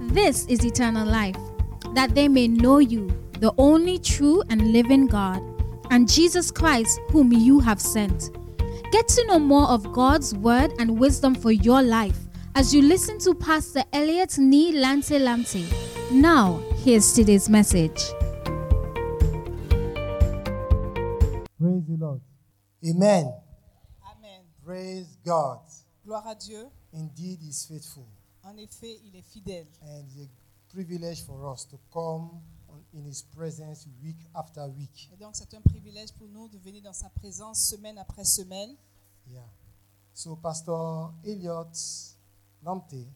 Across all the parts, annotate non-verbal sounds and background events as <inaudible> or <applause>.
this is eternal life, that they may know you, the only true and living God, and Jesus Christ, whom you have sent. Get to know more of God's word and wisdom for your life as you listen to Pastor Elliot Nee Lante Lamte. Now, here's today's message. Praise the Lord. Amen. Amen. Praise God. Gloire à Dieu. Indeed, He's faithful. En effet, il est fidèle. And it's a privilege for us to come on- in His presence week after week. Et donc, c'est un privilège pour nous de venir dans sa présence semaine après semaine. Yeah. So, Pastor Elliot Lamte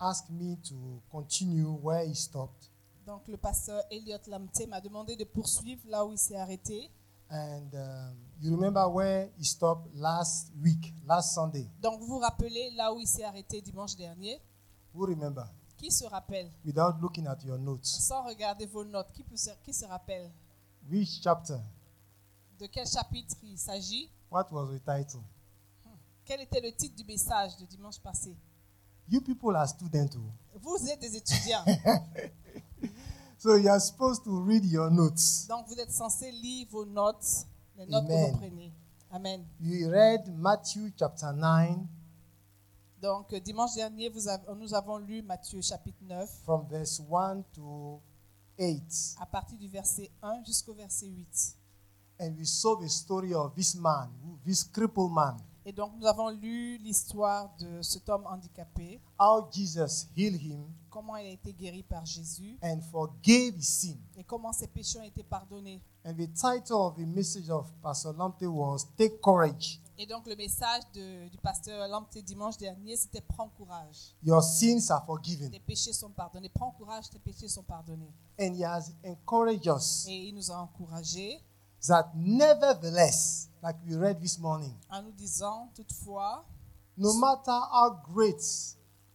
asked me to continue where he stopped. Donc, le pasteur Elliot Lamte m'a demandé de poursuivre là où il s'est arrêté. And um, you remember where he stopped last week, last Sunday. Donc, vous vous rappelez là où il s'est arrêté dimanche dernier Who remember? Qui se rappelle Without looking at your notes. Sans regarder vos notes, qui, peut se, qui se rappelle Which chapter? De quel chapitre il s'agit What was the title? Quel était le titre du message de dimanche passé You people are students. oh. Vous êtes des étudiants, So you are supposed to read your notes. donc vous êtes censés lire vos notes, les notes que Amen. vous prenez. Amen. You read Matthew chapter 9 Donc, euh, dimanche dernier, vous avez- nous avons lu Matthieu chapitre 9, from verse 1 to 8. à partir du verset 1 jusqu'au verset 8. And we saw the story of this man, who- this crippled man, Et donc, nous avons lu l'histoire de cet homme handicapé, how Jesus healed him comment il a été guéri par Jésus and forgave his sin. et comment ses péchés ont été pardonnés. And the title of the message of Pastor Lamte was Take Courage. Et donc, le message de- du pasteur Lampté dimanche dernier, c'était Prends courage. Your sins are forgiven. Tes péchés sont pardonnés. Prends courage, tes péchés sont pardonnés. And he has encouraged us Et il nous a encouragés that nevertheless, like we read this morning, en nous disant, toutefois, No matter how great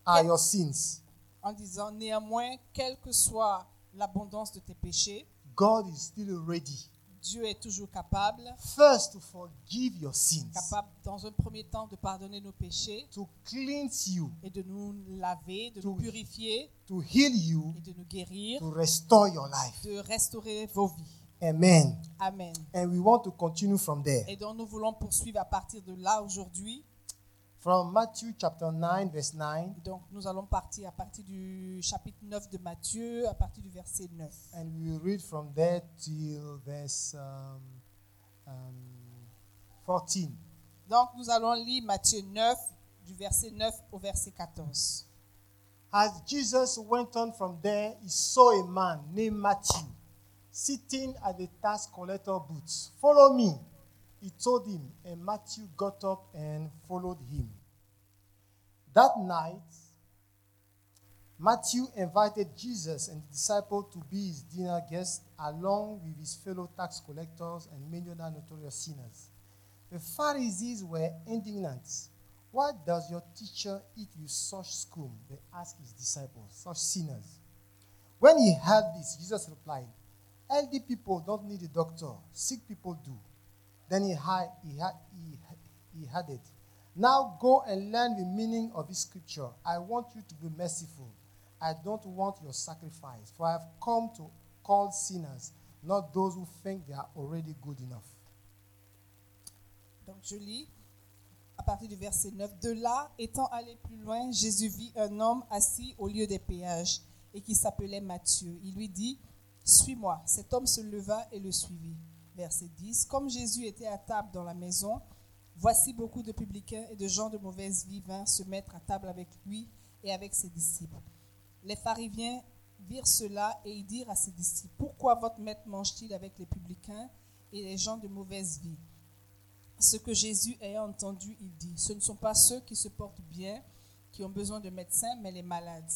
are your sins, en disant, néanmoins, quelle que soit l'abondance de tes péchés, God is still ready Dieu est toujours capable, first to forgive your sins, capable dans un premier temps de pardonner nos péchés to cleanse you, et de nous laver, de nous Tout. purifier to heal you, et de nous guérir, to restore your life. de restaurer vos vies. Amen. Amen. And we want to continue from there. Et donc nous voulons poursuivre à partir de là aujourd'hui. From Matthew chapter 9, verse 9, Donc nous allons partir à partir du chapitre 9 de Matthieu, à partir du verset 9. and we will read from there till verse um, um, 14. Donc nous allons lire Matthieu 9, du verset 9 au verset 14. As Jesus went on from there, he saw a man named Matthew sitting at the tax collector booth. Follow me, he told him, and Matthew got up and followed him. That night, Matthew invited Jesus and the disciple to be his dinner guest along with his fellow tax collectors and many other notorious sinners. The Pharisees were indignant. Why does your teacher eat with such scum? They asked his disciples, such sinners. When he heard this, Jesus replied, Healthy people don't need a doctor, sick people do. Then he, hi- he, hi- he, he added, Now go and learn the meaning of this scripture. I want you to be merciful. I don't want your sacrifice, for I have come to call sinners, not those who think they are already good enough. Donc je lis à partir du verset 9. De là, étant allé plus loin, Jésus vit un homme assis au lieu des péages et qui s'appelait Matthieu. Il lui dit, Suis-moi. Cet homme se leva et le suivit. Verset 10. Comme Jésus était à table dans la maison, voici beaucoup de publicains et de gens de mauvaise vie vinrent se mettre à table avec lui et avec ses disciples. Les pharisiens virent cela et ils dirent à ses disciples, Pourquoi votre maître mange-t-il avec les publicains et les gens de mauvaise vie ce que Jésus ayant entendu, il dit, ce ne sont pas ceux qui se portent bien qui ont besoin de médecins, mais les malades.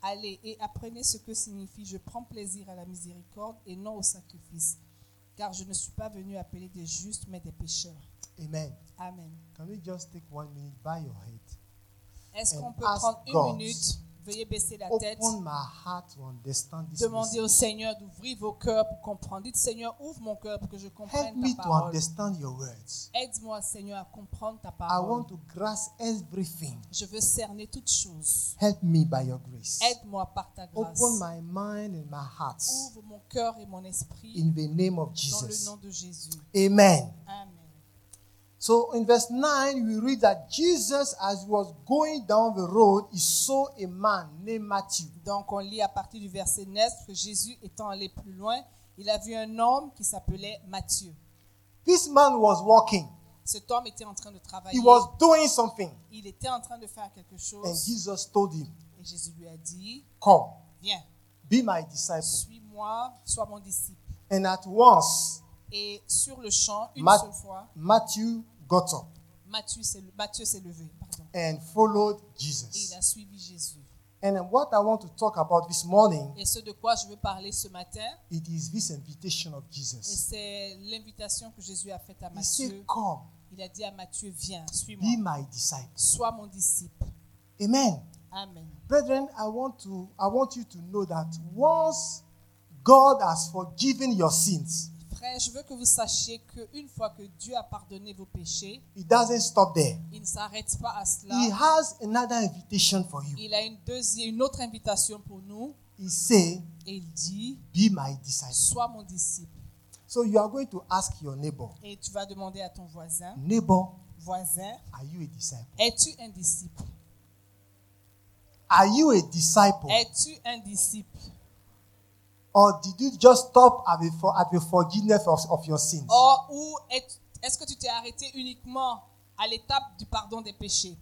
Allez et apprenez ce que signifie je prends plaisir à la miséricorde et non au sacrifice, car je ne suis pas venu appeler des justes, mais des pécheurs. Amen. Amen. Can we just take one minute by your head Est-ce And qu'on peut ask prendre God une minute Veuillez baisser la tête. Open my heart to understand this. Demandez au message. Seigneur d'ouvrir vos cœurs pour comprendre. Dites Seigneur, ouvre mon cœur pour que je Help comprenne me ta to parole. understand your words. Aide-moi, Seigneur, à comprendre ta I parole. want to grasp everything. Je veux cerner toutes choses. Help me by your grace. Aide-moi par ta grâce. Open my mind and my heart Ouvre mon cœur et mon esprit in the name of dans le Jesus. nom de Jésus. Amen. Amen. So in verse 9, we read that Jesus, as he was going down the road, he saw a man named Matthew. Donc on lit à partir du verset 9 que Jésus étant allé plus loin, il a vu un homme qui s'appelait Matthieu. This man was walking, Cet homme était en train de travailler. he was doing something. Il était en train de faire quelque And chose. Jesus told him, Et Jésus lui a dit, Come, viens, be my disciple. suis-moi, sois mon disciple. And at once, Et sur le champ, une Ma- seule fois, Matthew got up Matthieu s'est Matthieu s'est levé pardon, and followed et il Jesus. a suivi Jésus. And what I want to talk about this morning, Et ce de quoi je veux parler ce matin, it is this invitation of et Jesus. c'est l'invitation que Jésus a faite à He said, Matthieu. Come, Il a dit à Matthieu, viens, be suis-moi, my disciple. sois mon disciple. Amen. Amen. Brethren, I want to I want you to know that once God has forgiven your sins, Frère, je veux que vous sachiez qu'une fois que Dieu a pardonné vos péchés, He doesn't stop there. il ne s'arrête pas à He cela. has another invitation for you. Il a une, deuxième, une autre invitation pour nous He say, et il dit, "Be my disciple." sois mon disciple. So you are going to ask your neighbor, Et tu vas demander à ton voisin, "Neighbor, voisin, are you a disciple? es-tu un disciple? Are you a disciple, Es-tu un disciple? or did you just stop at the, for, at the forgiveness of, of your sins?" Or, ou est- est-ce que tu t'es arrêté uniquement à l'étape du pardon des péchés?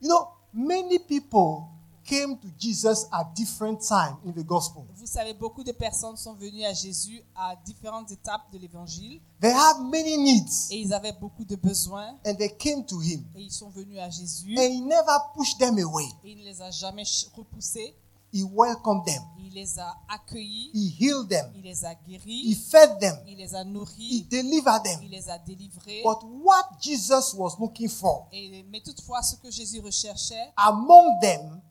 You know, many people came to Jesus at different time in the gospel. Vous savez, beaucoup de personnes sont venues à Jésus à différentes étapes de l'évangile They have many needs, et ils avaient beaucoup de besoins and they came to Him. et ils sont venus à Jésus And he never pushed them away. et il ne les a jamais ch- repoussés. He welcomed them. Il les a accueillis, He healed them. il les a He guéris, fed them. il les a He nourris, delivered il them. les a délivrés. But what Jesus was looking for Et, mais toutefois, ce que Jésus recherchait, among them,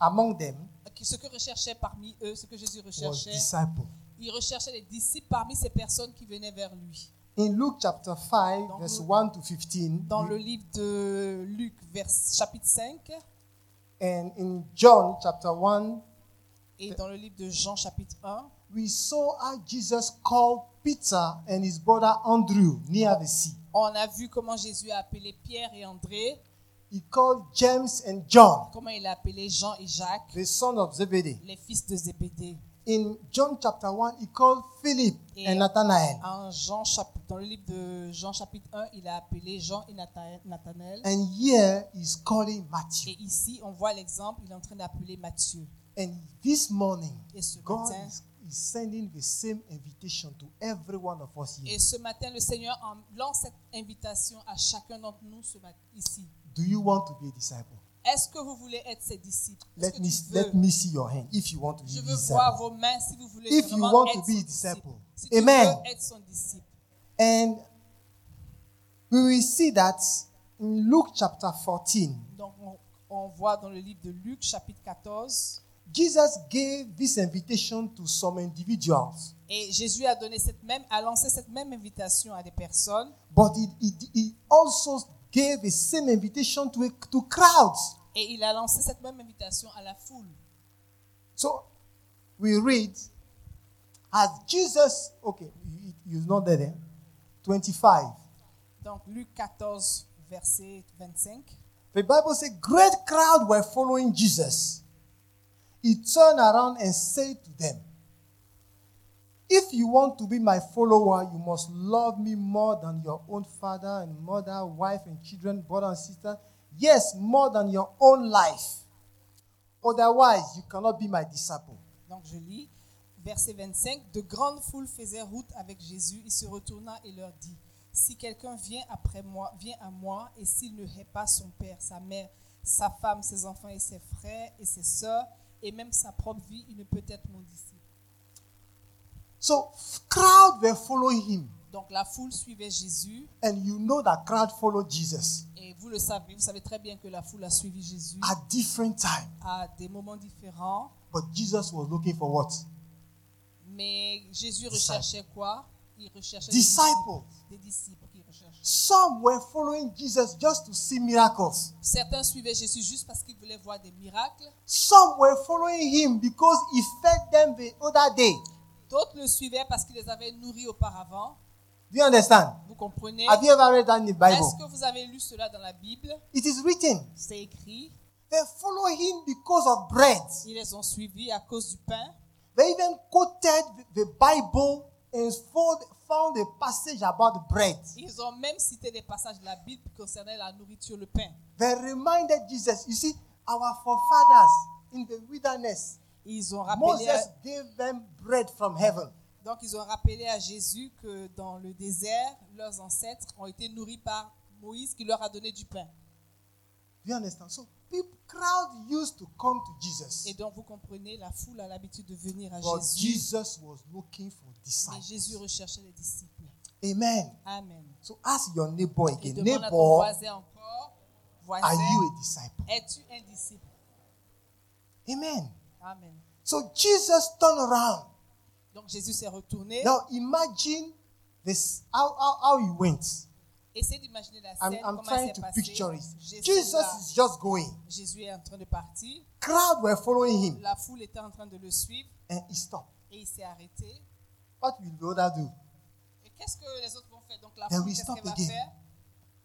among them ce que recherchait parmi eux, ce que Jésus was recherchait, disciple. il recherchait les disciples parmi ces personnes qui venaient vers lui. In Luke chapter 5, Dans verse le- 1 to 15, Dans le livre de Luc, vers, chapitre 5, and in John chapter 1, et dans le livre de Jean, chapitre 1, we saw how Jesus called Peter and his brother Andrew near the sea. on a vu comment Jésus a appelé Pierre et André, He called James and John, comment il a appelé Jean et Jacques, the son of Zebedee. les fils de Zébédée. in John chapter 1, he called Philip Et- and Nathanael. En Jean, chapitre- dans le livre de Jean, chapitre 1, il a appelé Jean et Natha- Nathanaël. And here he's calling Et Matthew. ici, on voit l'exemple, il est en train d'appeler Matthieu. And this morning, Et ce God matin, is, is sending the same invitation to every one of us here. et ce matin, le Seigneur en- lance cette invitation à chacun d'entre nous ce matin, ici. Do you want to be a disciple? Est-ce que vous voulez être ses disciples? Est-ce Let que me, tu veux- let me see your hand if you want to be Je a veux voir disciple. vos mains si vous voulez If you vraiment want être to be son a disciple. Si tu Amen. veux être son disciple. And we will see that in Luke chapter 14, Donc, on, on voit dans le livre de Luc, chapitre 14, Jesus gave this invitation to some individuals, et Jésus a donné cette même, a lancé cette même invitation à des personnes, but he, he, he also gave the same invitation to, a- to crowds. et il a lancé cette même invitation à la foule. So we read as Jesus, okay, you- you're not there, there. 25. Donc, Luc 14, verset 25. The Bible says, Great crowd were following Jesus. He turned around and said to them, If you want to be my follower, you must love me more than your own father and mother, wife and children, brother and sister. Yes, more than your own life. Otherwise, you cannot be my disciple. Donc, je lis, verset 25. De grandes foules faisaient route avec Jésus. Il se retourna et leur dit Si quelqu'un vient après moi, vient à moi, et s'il ne hait pas son père, sa mère, sa femme, ses enfants et ses frères et ses sœurs, et même sa propre vie, il ne peut être mon disciple. So crowd were following him. Donc la foule suivait Jésus And you know that crowd followed Jesus et vous le savez, vous savez très bien que la foule a suivi Jésus at different time. à des moments différents. But Jesus was looking for what? Mais Jésus recherchait quoi Il recherchait des Disciples. disciples, des disciples qu'il recherchait. Some were following Jesus just to see miracles. Certains suivaient Jésus juste parce qu'ils voulaient voir des miracles. Some were following him because he fed them the other day. D'autres le suivaient parce qu'ils les avaient nourris auparavant. Do you understand? Vous comprenez Have you ever read that in the Est-ce Ah, Bible? que vous avez lu cela dans la Bible It is written. C'est écrit. They follow him because of bread. Ils les ont suivis à cause du pain. They even quoted the Bible and found- found a passage about bread. Ils ont même cité des passages de la Bible concernant la nourriture, le pain. They reminded Jesus, you see, our forefathers in the wilderness, Ils ont rappelé à, Moses gave them bread from heaven. donc ils ont rappelé à Jésus que dans le désert, leurs ancêtres ont été nourris par Moïse qui leur a donné du pain. Do you understand? So, people, crowd used to come to Et Jesus, donc vous comprenez, la foule a l'habitude de venir à but Jésus. Jesus was looking for Mais Jésus disciples. recherchait les disciples. Amen. Amen. So, ask your neighbor Et again, demande à ton neighbor, voisin encore, are voisin, you a disciple? es-tu un disciple? Amen. Amen. So, Jesus turned around. Donc Jésus s'est retourné. Now, imagine this how, how, how he went. Essayez d'imaginer la I'm, scène, I'm comment elle trying s'est to passée. picture it. Jésus, Jesus là, is just going. Jésus est en train de partir. Crowd were following him, La foule était en train de le suivre and he stopped. et il s'est arrêté. What will the other do? Et qu'est-ce que les autres vont faire Donc la Then foule, we qu'est-ce stop qu'elle va again. faire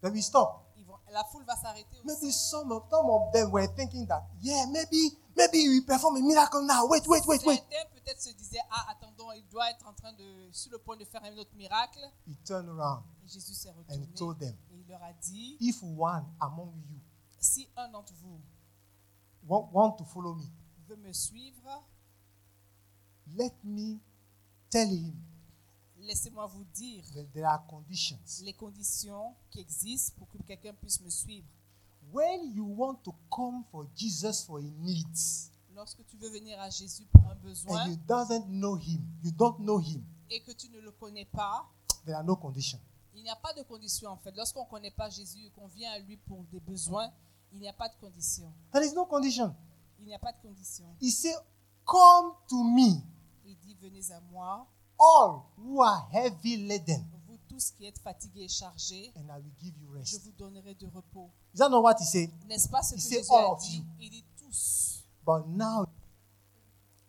Then we stop. Ils vont- La foule va s'arrêter aussi. Maybe some of some of them were thinking that, yeah, maybe maybe we perform a miracle now. Wait, wait, wait, wait. Certains peut-être se disaient Ah, attendons, il doit être en train de, sur le point de faire un autre miracle. He turned around Et Jésus s'est and he told retourné them, et il leur a dit if one among you Si un d'entre vous want, want to follow me, veut me suivre, let me tell him laissez-moi vous dire that there are conditions. les conditions qui existent pour que quelqu'un puisse me suivre. When you want to come for Jesus for a needs, Lorsque tu veux venir à Jésus pour un besoin and you doesn't know him, you don't know him, et que tu ne le connais pas, there are no conditions. Il n'y a pas de condition en fait. Lorsqu'on ne connaît pas Jésus et qu'on vient à lui pour des besoins, il n'y a pas de condition. There is no condition. Il n'y a pas de condition. He said, Come to me, Il dit Venez à moi, all who are heavy laden, vous tous qui êtes fatigués et chargés, and I will give you je rest. vous donnerai de repos. Is that not what he said? N'est-ce pas ce Il que sait Jésus a all of dit you. Il dit tous. But now,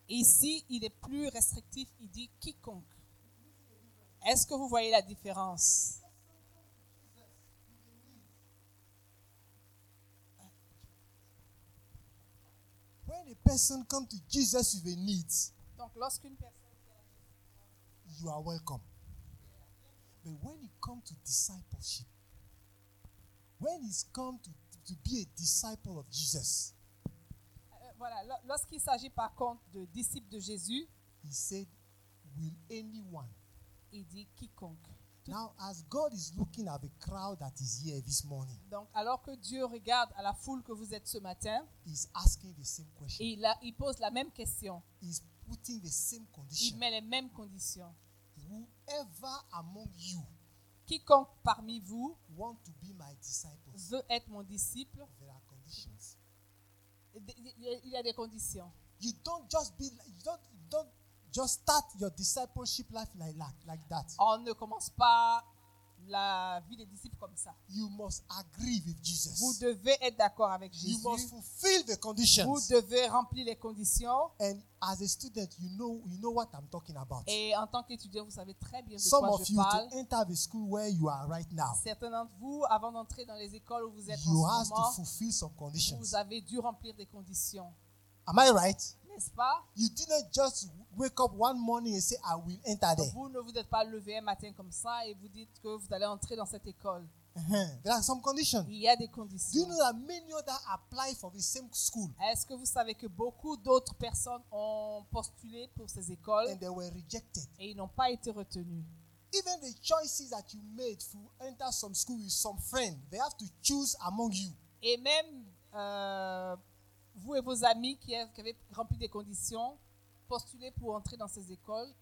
Ici, il est plus restrictif. Il dit quiconque. Est-ce que vous voyez la différence when a person comes to Jesus with a need, Donc, lorsqu'une personne you are welcome. But when it comes to discipleship, when it's come to, to be a disciple of Jesus, Euh, voilà, lo- lorsqu'il s'agit par contre de disciples de Jésus, he said, Will anyone il dit quiconque. Now, as God is looking at the crowd that is here this morning, Donc, alors que Dieu regarde à la foule que vous êtes ce matin, He's asking the same question. Et il, a- il pose la même question. He's putting the same Il condition. met les mêmes conditions. Whoever among you Quiconque parmi vous want to be my disciples, veut être mon disciple, there are conditions. il y a des conditions. You don't just be. like- You don't. You don't just start your discipleship life like that. Like that. On ne commence pas la vie des disciples comme ça. You must agree with Vous Jesus. devez être d'accord avec You Jésus. must fulfill the Vous conditions. devez remplir les conditions. And as a student, you know you know what I'm talking about. Et en tant qu'étudiant, vous savez très bien de Some quoi of je you to parle. enter the school where you are right now. Certains d'entre vous, avant d'entrer dans les écoles où vous êtes you en have ce to moment, fulfill some conditions. vous avez dû remplir des conditions. Am I right? N'est-ce pas You didn't just wake up one morning and say, I will enter there. Vous ne vous êtes pas levé un matin comme ça et vous dites que vous allez entrer dans cette école. Uh-huh. There are some conditions. Il y a des Do you conditions. know that many others apply for the same school Est-ce que vous savez que beaucoup d'autres personnes ont postulé pour ces écoles and they were rejected? et ils n'ont pas été retenus Even the choices that you made to enter some school with some friend, they have to choose among you. Et même euh, vous et vos amis qui, a- qui avez rempli des conditions, postulé pour entrer dans ces écoles,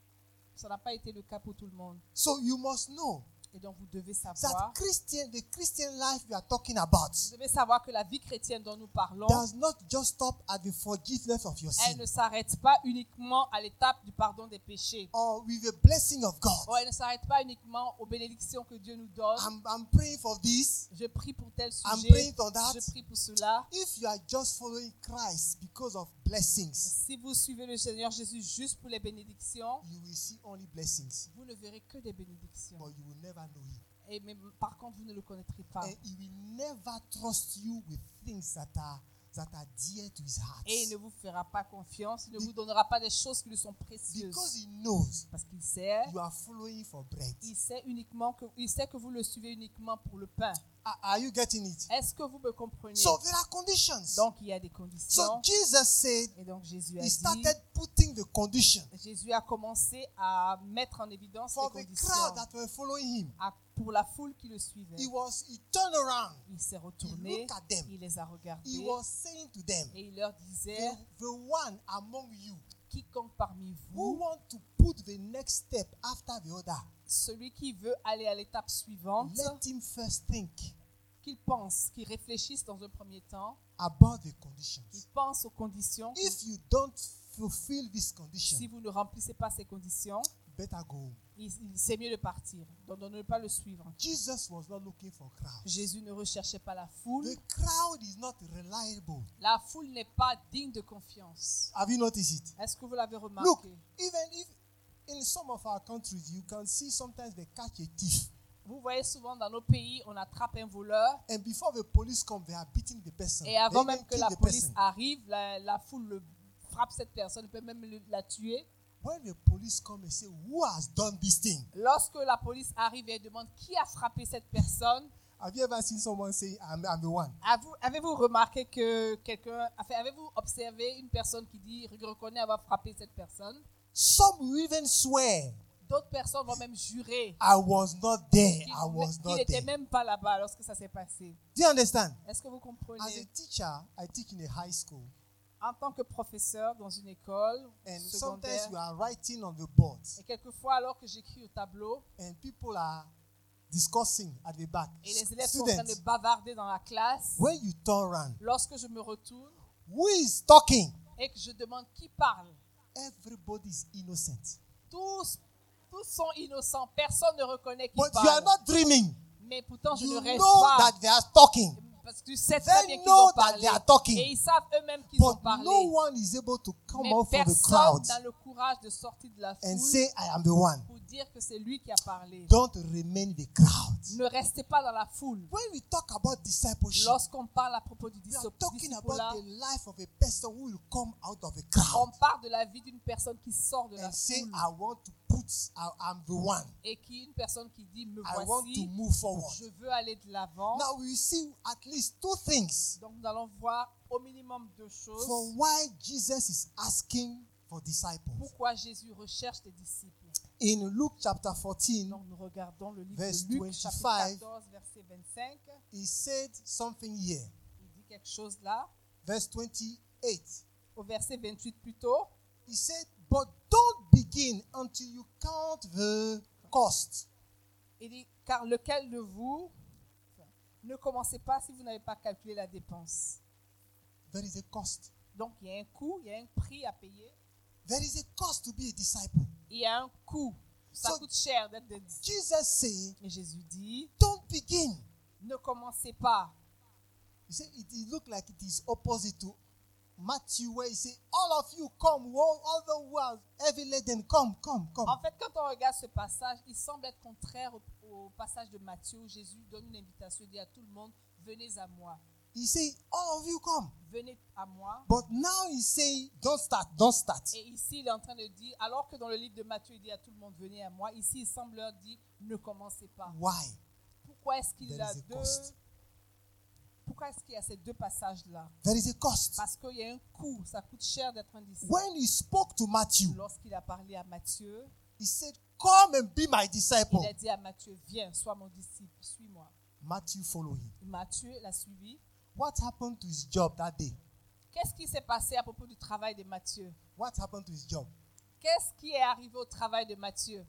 Ça n'a pas été le cas pour tout le monde. So you must know Et donc, vous devez that savoir, Christian, the Christian life we are talking about vous devez savoir que la vie chrétienne dont nous parlons, does not just stop at the forgiveness of your elle sin ne s'arrête pas uniquement à l'étape du pardon des péchés. or with the blessing of God. Oh, elle ne s'arrête pas uniquement aux bénédictions que Dieu nous donne. I'm, I'm praying for this. Je prie pour tel I'm sujet. praying for that. Je prie pour cela. If you are just following Christ because of blessings, Si vous suivez le Seigneur Jésus juste pour les bénédictions, you will see only blessings, vous ne verrez que des bénédictions. but you will never know Him. Et mais, par contre, vous ne le connaîtrez pas. And He will never trust you with things that are that are dear to His heart. Et il ne vous fera pas confiance. Il ne vous donnera pas des choses qui lui sont Because précieuses. He knows Parce qu'il sait, you are following for bread. il sait uniquement que, il sait que vous le suivez uniquement pour le pain. Are- Are you getting it? Est-ce que vous me comprenez? So there are conditions. Donc il y a des So conditions. Jesus said Et donc Jésus a He dit, started putting the condition Jésus a commencé à mettre en évidence for les the conditions crowd that were following Him. à- pour la foule qui le suivait. He was He turned around. Il s'est He retourné, looked at them. il les a regardés He was saying to them, et il leur the, disait, the one among you quiconque parmi who vous, want to put the next step after the other, celui qui veut aller à l'étape suivante, let him first think qu'il pense, qu'il réfléchisse dans un premier temps, about the qu'il conditions. pense aux conditions. If you don't fulfill this Si condition, vous ne remplissez pas ces conditions, better go home. il, il- c'est mieux de partir, donc de ne pas le suivre. Jesus was not looking for crowd. Jésus ne recherchait pas la foule. The crowd is not reliable. La foule n'est pas digne de confiance. Have you noticed it? Est-ce que vous l'avez Look, remarqué even if in some of our countries you can see sometimes they catch a thief Vous voyez souvent dans nos pays, on attrape un voleur and before the police come they are beating the person. et they avant même even que kill la the police person. arrive, la, la foule le- frappe cette personne, peut même le- la tuer. When the police come and say, Who has done this thing? Lorsque la police arrive et demande qui a frappé cette personne, Have you ever seen someone say, I'm, I'm the one? avez-vous avez-vous remarqué que quelqu'un, enfin, avez-vous observé une personne qui dit, reconnaît avoir frappé cette personne Some will even swear, D'autres personnes vont même jurer I was not there. qu'il I was qu'il not n'était there. même pas là-bas lorsque ça s'est passé. Do you understand? Est-ce que vous As a comprenez teacher, I teach in a high school, En tant que professeur dans une école and sometimes secondaire, you are writing on the board, et quelquefois alors que j'écris au tableau, and people are discussing at the back. et les élèves sont en train de Students, bavarder dans la classe, when you turn around, lorsque je me retourne who is talking? et que je demande qui parle, Everybody is innocent. tous, tous sont innocents, personne ne reconnaît qui But you are parle. not dreaming. Mais pourtant, je ne You rêve know pas. that they are talking. Parce que tu sais They très bien qu'ils know ont that they parlé. are talking. Et ils savent eux-mêmes qu'ils ont But parlé. no one is able to come Mais out from the crowd personne n'a le courage de sortir de la and foule say, I am the one. pour dire que c'est lui qui a parlé. Don't remain in the crowd. Ne restez pas dans la foule. When we talk about discipleship, Lorsqu'on parle à propos du we are talking about disciple-là, the life of a person who will come out of a on crowd parle de la vie d'une personne qui sort de la and say, "Ah, foule I want to put, I, am the one. et qui une personne qui dit me I want to voici, move forward. je veux aller de l'avant. Now we see at least two things Donc nous allons voir au minimum deux for choses. why Jesus is asking for disciples. Pourquoi Jésus recherche des disciples In Luke chapter 14, Donc nous regardons le livre Verse de Luc 25. chapitre 14 verset 25. he said something here. Il dit quelque chose là Verse 28. au verset 28 plutôt. He said, But don't begin until you count the cost. Il dit car lequel de vous ne commencez pas si vous n'avez pas calculé la dépense. There is a cost. Donc il y a un coût, il y a un prix à payer. There is a cost to be a disciple. Il y a un coût. Ça So- coûte cher d'être des disciples. Jesus said, Et Jésus dit Don't begin. ne commencez pas. He said, It, it looked like it is opposite to Matthew, where he said, All of you come, all, all the world, heavy laden, come, come, come. En fait, quand on regarde ce passage, il semble être contraire au, au passage de Matthieu où Jésus donne une invitation et dit à tout le monde venez à moi, He said, All of you come. venez à moi. But now he say, Don't start, don't start. Et ici, il est en train de dire, alors que dans le livre de Matthieu, il dit à tout le monde venez à moi, ici, il semble leur dire ne commencez pas. Why? Pourquoi est-ce qu'il There a is a deux cost. Pourquoi est-ce qu'il y a ces deux passages là There is a cost. Parce qu'il y a un coût, ça coûte cher d'être un disciple. When he spoke to Matthew, Lorsqu'il a parlé à Matthieu, He said, Come and be my il disciple. a dit à Matthieu viens, sois mon disciple, suis-moi. Matthew followed him. Matthieu l'a suivi. What happened to his job that day? Qu'est-ce qui s'est passé à propos du travail de Matthieu What happened to his job? Qu'est-ce qui est arrivé au travail de Matthieu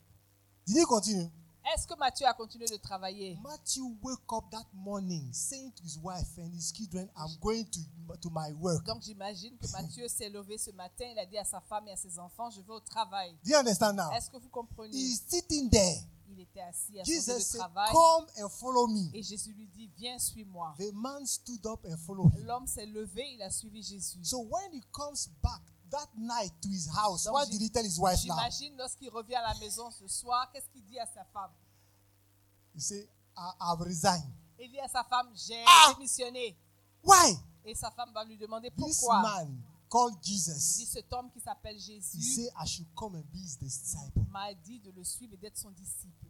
Did he continue? Est-ce que Matthieu a continué de travailler Matthew wake up that morning saying to his wife and his children, I'm going to, to my work. Donc j'imagine que Matthieu s'est levé ce matin, il a dit à sa femme et à ses enfants, je vais au travail. Do you understand now? Est-ce que vous comprenez He's sitting there. Il était assis à son lieu Jesus de said, travail Come and follow me. et Jésus lui dit, viens, suis-moi. The man stood up and followed him. L'homme s'est levé, il a suivi Jésus. So when he comes back that night to his house, Donc, what j'im- did he tell his wife now? J'imagine lorsqu'il revient à la maison ce soir, qu'est-ce qu'il dit à sa femme He said, I, I've resigned. Il dit à sa femme, j'ai Ah! démissionné. Why? Et sa femme va lui demander This pourquoi. man called Il dit Jesus. cet homme qui s'appelle He Jésus said, I should come and be his disciple. m'a dit de le suivre et d'être son disciple.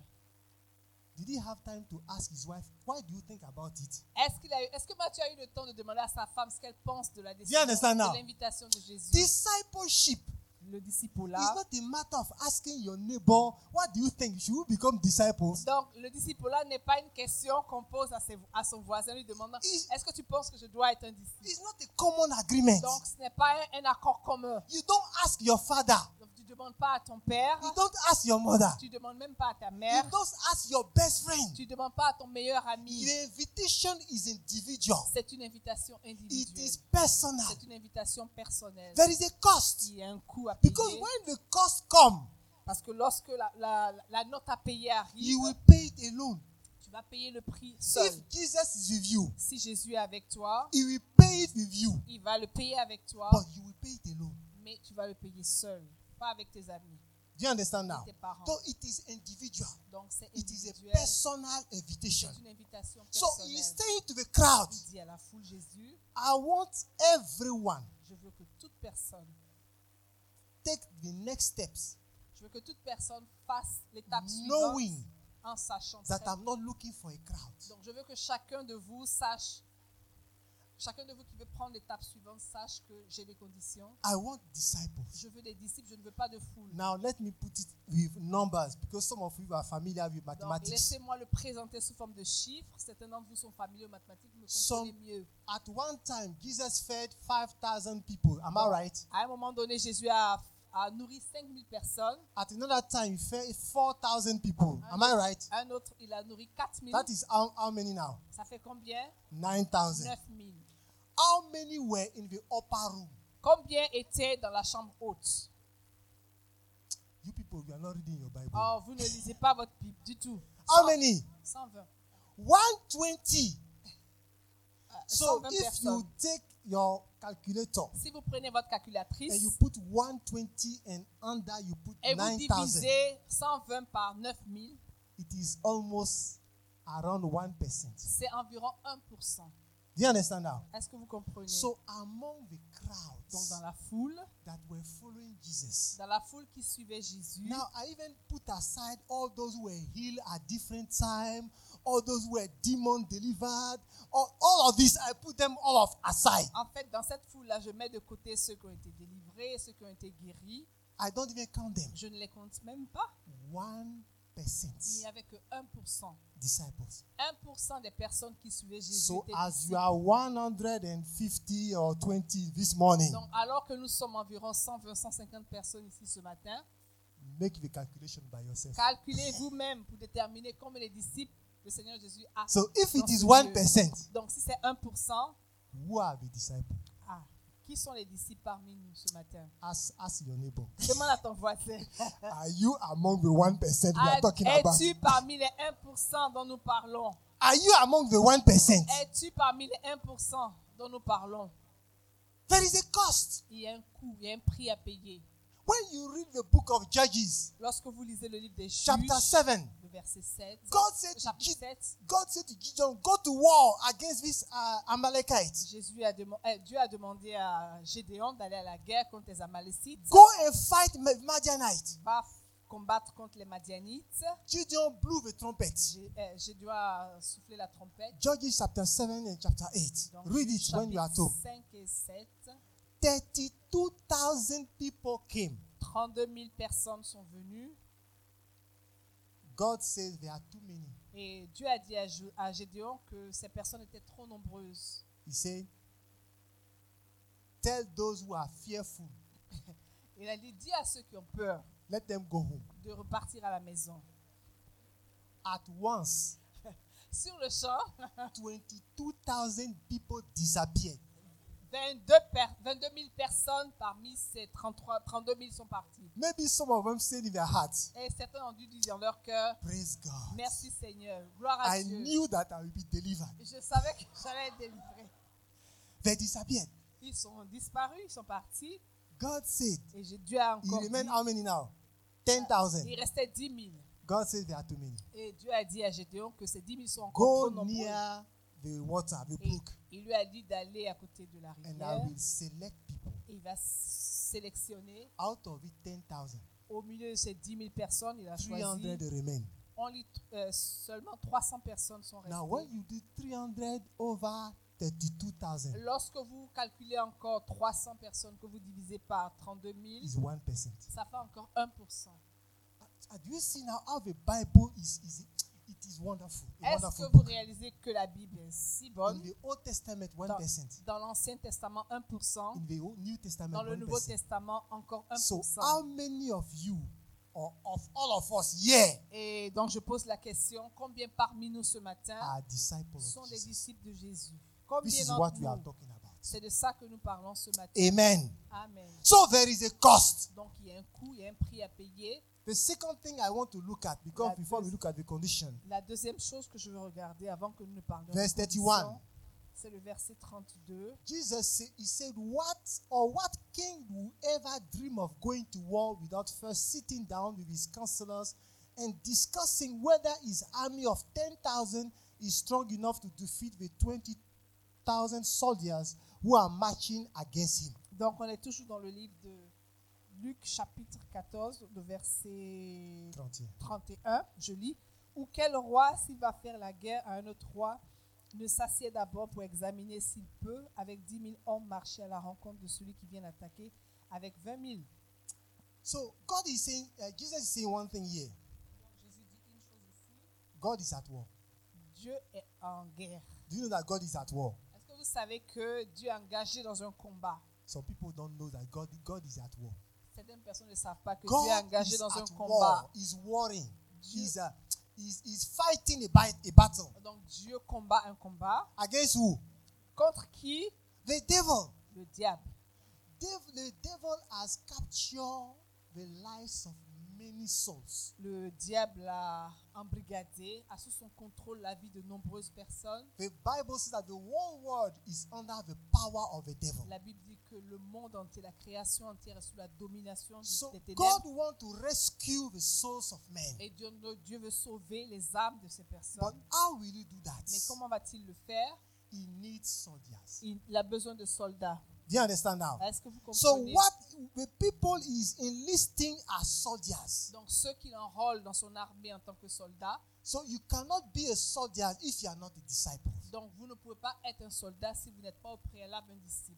Did he have time to ask his wife, Why do you think about it? Est-ce qu'il a eu, est-ce que Matthieu a eu le temps de demander à sa femme ce qu'elle pense de la décision, You understand now? de l'invitation de Jésus, Discipleship le It's disciple-là. not a matter of asking your neighbor, what do you think? Should we become disciples? Donc, le disciple-là n'est pas une question qu'on pose à, ses- à son voisin lui demandant Is- Est-ce que tu penses que je dois être un disciple It's not a common agreement. Donc, ce n'est pas un, un accord commun. You don't ask your father. Donc, tu ne demandes pas à ton père, You don't ask your mother. tu ne demandes même pas à ta You mère, don't ask your best friend. tu ne demandes pas à ton meilleur ami. The invitation is individual. C'est une invitation It individuelle. is personal. C'est une invitation personnelle. There is a cost. Il y a un coût à payer. Because when the cost come, Parce que lorsque la, la- la note à payer arrive, you will pay it alone. tu vas payer le prix seul. If Jesus is with you, Si Jésus est avec toi, he will pay it with you. il va le payer avec toi, But you will pay it alone. mais tu vas le payer seul, pas avec tes amis, Do you understand now? tes parents. So it is individual. Donc c'est It is a individuel, personal invitation. c'est une invitation So personnelle. he is saying to the crowd, Il dit à la foule Jésus, I want everyone je veux que toute personne, take the next steps, je veux que toute personne fasse l'étape suivante knowing en sachant. that très I'm not looking for a crowd. Donc, je veux que chacun de vous sache, chacun de vous qui veut prendre l'étape suivante sache que j'ai des conditions. I want disciples. Je veux des disciples, je ne veux pas de foule. Now let me put it with numbers because some of you are familiar with Donc, mathematics. laissez-moi le présenter sous forme de chiffres. Certains d'entre vous sont familiers aux mathématiques, vous me comprenez Some- mieux. At one time, Jesus fed 5,000 people. Am I right? À un moment donné, Jésus a, a nourri 5000 personnes. At another time, he fed 4,000 people. Am I right? Un autre, il a nourri 4000. That is how, how many now? Ça fait combien 9,000. 9000. How many were in the upper room? Combien étaient dans la chambre haute You people, you are not reading your Bible. Oh, vous ne lisez pas votre Bible du tout. How many? 120. 120. Euh, So 120 if you personnes. take your calculator Si vous prenez votre and calculatrice, you put 120 and under you put et vous 9,000, divisez 120 par 9000, it is almost around 1%. Do c'est environ 1%. you understand now? Est-ce que vous comprenez So among the Donc crowds dans la foule, that were following Jesus, dans la foule qui suivait Jésus, now I even put aside all those who were healed at different time, all those who were demon delivered, all, all of this, I put them all off aside. en fait, dans cette foule-là, je mets de côté ceux qui ont été délivrés, ceux qui ont été guéris. I don't even count them. Je ne les compte même pas. Il 1% n'y avait que 1%. disciples. 1% des personnes qui suivaient Jésus. So étaient as disciples. you are 150 or 20 this morning, Donc, alors que nous sommes environ 120, 150 personnes ici ce matin, make the calculation by yourself. calculez vous-même pour déterminer combien les disciples le Seigneur Jésus a. So if dans it is ce lieu. 1%, Donc si c'est 1%, who are the disciples? ah, qui sont les disciples parmi nous ce matin Ask, ask your neighbor. Demande à ton voisin. Are <laughs> you among the 1% we are talking about? Es-tu parmi les 1% dont nous parlons Are you among the 1%? Es-tu parmi les 1% dont nous parlons There is a cost. Il y a un coût, il y a un prix à payer. When you read the book of Judges, Lorsque vous lisez le livre des Juges, chapter 7, le verset 7, God said to chapitre Gi- 7, God said to Gideon, go to war against this uh, Amalekite. Jésus a demand- euh, Dieu a demandé à Gédéon d'aller à la guerre contre les Amalécites, Go and fight Ma- Madianite. va f- combattre contre les Madianites. Gideon blew the trumpet. Gé- euh, Gédéon a soufflé la trompette. Judges chapter 7 and chapter 8. Donc, Read it Juges, when you are at chapitre home. 5 et 7, 32,000 people came. 32 000 personnes sont venues God says there are too many. et Dieu a dit à, Ju- à Gédéon que ces personnes étaient trop nombreuses. He said, Tell those who are fearful, Il a dit, dis à ceux qui ont peur Let them go home. de repartir à la maison. At <laughs> once, Sur le champ, 22,000 people disappeared. 22, per- 22 000 personnes parmi ces 33, 32 000 sont parties. Maybe some of them said in their hearts, Et certains ont dû dire dans leur cœur, Praise God. merci Seigneur, gloire à I Dieu. knew that I will be delivered. Je savais que j'allais être délivré. They disappeared. Ils sont disparus, ils sont partis. God said, Et j'ai- Dieu He a encore remained dit- how many now? 10,000. il restait 10 000. God said there are too many. Et Dieu a dit à Gédéon que ces 10 000 sont encore trop Go nombreux. near the water, the Et brook, il lui a dit d'aller à côté de la and I rivière. will select people. Et il va s- sélectionner Out of it, 10,000. au milieu de ces 10 000 personnes. Il a choisi 300 remain. on lit, euh, seulement 300 personnes sont restées. Now, when you do 300 over 32,000, Lorsque vous calculez encore 300 personnes que vous divisez par 32 000, is 1%. ça fait encore 1%. Uh, Do you see now how the Bible is, is it is wonderful. A Est-ce wonderful que vous book. réalisez que la Bible est si In bonne the Old Testament, 1%. Dans l'Ancien Testament, 1%. In the Old- New Dans Testament, le Nouveau 1%. Testament, encore So, 1%. how many of you, or of all of us here, Et donc, je pose la question, combien parmi nous ce matin are disciples sont of les Jesus? disciples de Jésus This Combien is what d'entre we are nous talking about. C'est de ça que nous parlons ce matin. Amen. Amen. So, there is a cost. Donc, il y a un coût, il y a un prix à payer. The second thing I want to look at, because La before we deuxi- look at the condition, La deuxième chose que je veux regarder avant que nous ne parlions de Verse condition, 31. c'est le verset 32. Jesus said, he said, What or what king will ever dream of going to war without first sitting down with his counselors and discussing whether his army of 10,000 is strong enough to defeat the 20,000 soldiers who are marching against him? Donc, on est toujours dans le livre de Luc, chapitre 14, le verset 31. 31, je lis, ou quel roi, s'il va faire la guerre à un autre roi, ne s'assied d'abord pour examiner s'il peut, avec 10 000 hommes, marcher à la rencontre de celui qui vient l'attaquer avec 20 000. So God is saying, uh, Jesus is saying one thing here Jésus dit une chose ici, God is at war. Dieu est en guerre. Do you know that God is at war? Est-ce que vous savez que Dieu est engagé dans un combat Some people don't know that God, God is at war. Certaines personnes ne savent pas que God Dieu est engagé is dans un at combat. war. He's warring. Dieu- He's, uh, he's, he's fighting a, bat- a battle. Donc Dieu combat un combat. Against who? Contre qui The devil. Le diable. Dev- the devil has captured the lives of many souls. Le diable a embrigadé, a sous son contrôle la vie de nombreuses personnes. The Bible says that the whole world is under the power of the devil. La Bible dit que le monde entier, la création entière est sous la domination du- So des God ténèbres. wants to rescue the souls of men. Et Dieu, Dieu veut sauver les âmes de ces But personnes. how will he do Mais that? comment va-t-il le faire He needs soldiers. Il il a besoin de soldats. Do you understand now? Est-ce que vous So comprenez what the people is enlisting are soldiers. Donc ceux qu'il enrôle dans son armée en tant que soldat. So you cannot be a soldier if you are not a disciple. Donc vous ne pouvez pas être un soldat si vous n'êtes pas au préalable un disciple.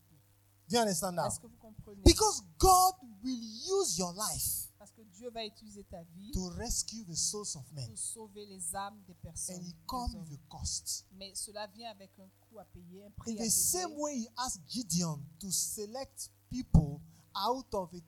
Do you understand now? Est-ce que vous comprenez Because God will use your life Parce que Dieu va utiliser ta vie to rescue the souls of men. pour sauver les âmes des personnes. And it des comes hommes. with a cost. Mais cela vient avec un coût à payer, un prix In à payer. the same way he asked Gideon to select people out of the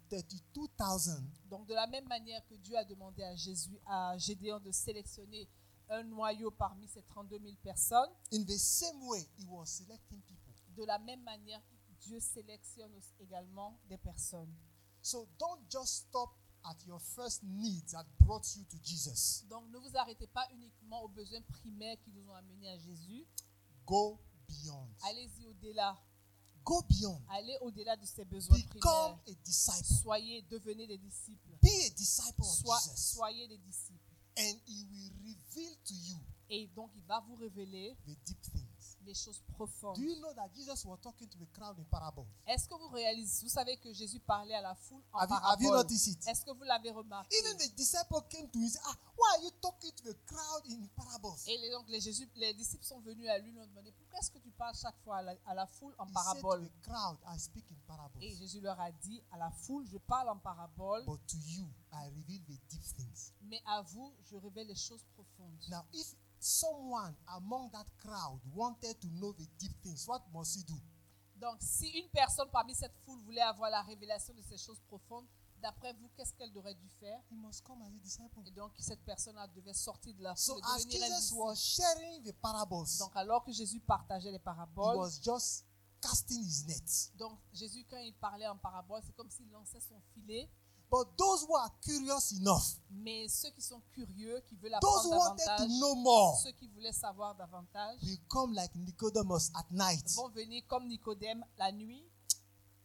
32,000, Donc de la même manière que Dieu a demandé à Jésus, à Gédéon de sélectionner un noyau parmi ces 32 000 personnes, in the same way he was selecting people. de la même manière Dieu sélectionne aussi également des personnes. So don't just stop at your first need that brought you to Jesus. Donc ne vous arrêtez pas uniquement aux besoins primaires qui nous ont amenés à Jésus. Go beyond. Allez-y au-delà. Go beyond. Allez au-delà de ces besoins primaires. Become a disciple. Soyez, devenez des disciples. Be a disciple of Sois- Jesus. soyez des disciples. And he will reveal to you Et donc, il va vous révéler the deep things. les choses profondes. Do you know that Jesus was talking to the crowd in parable? Est-ce que vous réalisez, vous savez que Jésus parlait à la foule en Have you, have you parabole. noticed it? Est-ce que vous l'avez remarqué? Even the disciple came to him and said, ah, Why are you talking to the crowd in parables? Et les- donc, les, Jésus- les disciples sont venus à lui, lui ont demandé, pourquoi est-ce que tu parles chaque fois à la, à la foule en He said to parabole? the crowd, I speak in Et parables. Jésus leur a dit, à la foule, je parle en parabole, But to you, I reveal the deep things. mais à vous, je révèle les choses profondes. Now, if someone among that crowd wanted to know the deep things, what must he do? Donc, si une personne parmi cette foule voulait avoir la révélation de ces choses profondes, D'après vous, qu'est-ce qu'elle aurait dû faire? He must come as a disciple. Et donc, cette personne devait sortir de la So de as devenir un Jesus disciple. was sharing the parables, Donc, alors que Jésus partageait les he paraboles, was just casting his nets. donc Jésus, quand il parlait en parabole, c'est comme s'il lançait son filet. But those who are curious enough, Mais ceux qui sont curieux, qui veulent those apprendre who wanted davantage, to know more, ceux qui voulaient savoir davantage, will come like Nicodemus at night. vont venir comme Nicodème la nuit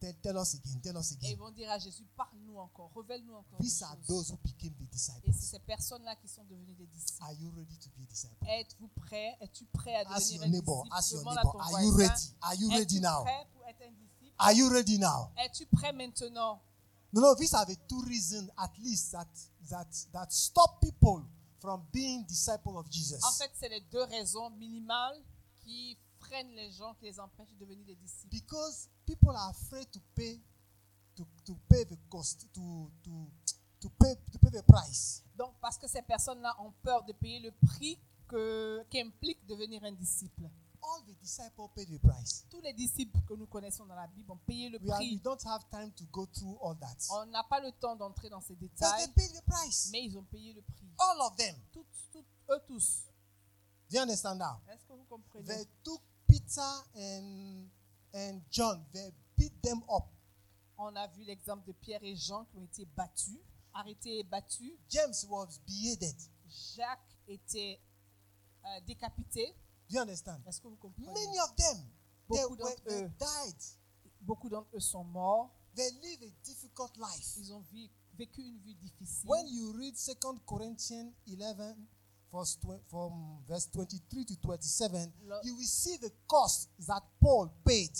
Tell, tell us again, tell us et ils again. vont dire à Jésus, parle-nous encore, révèle-nous encore. des These are choses. those who became the Et c'est disciples. ces personnes-là qui sont devenues des disciples. Are you ready to be a disciple? Êtes-vous prêt? Es-tu prêt à Ask devenir your un neighbor, disciple? ask your Demande à neighbor, ton are you voisin, ready? Are you ready Es-tu now? prêt pour être un disciple? Are you ready now? Es-tu prêt maintenant? No, no, these are the two reasons at least that that that stop people from being disciple of Jesus. En fait, c'est les deux raisons minimales qui freinent les gens, qui les empêchent de devenir des disciples. Because people are afraid to pay to, to pay the cost to to to pay to pay the price. Donc, parce que ces personnes-là ont peur de payer le prix que- qu'implique devenir un disciple. All the disciples paid the price. Tous les disciples que nous connaissons dans la Bible ont payé le We, are, we prix. don't have time to go through all that. On n'a pas le temps d'entrer dans ces But détails, they paid the price. mais ils ont payé le prix. All of them. Toutes, toutes, eux tous. Do you understand now? Est-ce que vous comprenez? They took Peter and and John. They beat them up. On a vu l'exemple de Pierre et Jean qui ont été battus, arrêtés et battus. James was beheaded. Jacques était euh, décapité. Do you understand? Est-ce que vous comprenez? Many of them, they, Beaucoup were, d'entre they eux. died. Beaucoup d'entre eux sont morts. They live a difficult life. Ils ont vi- vécu une vie difficile. When you read 2 Corinthians 11, verse twen- from verse 23 to 27, Lo- you will see the cost that Paul paid.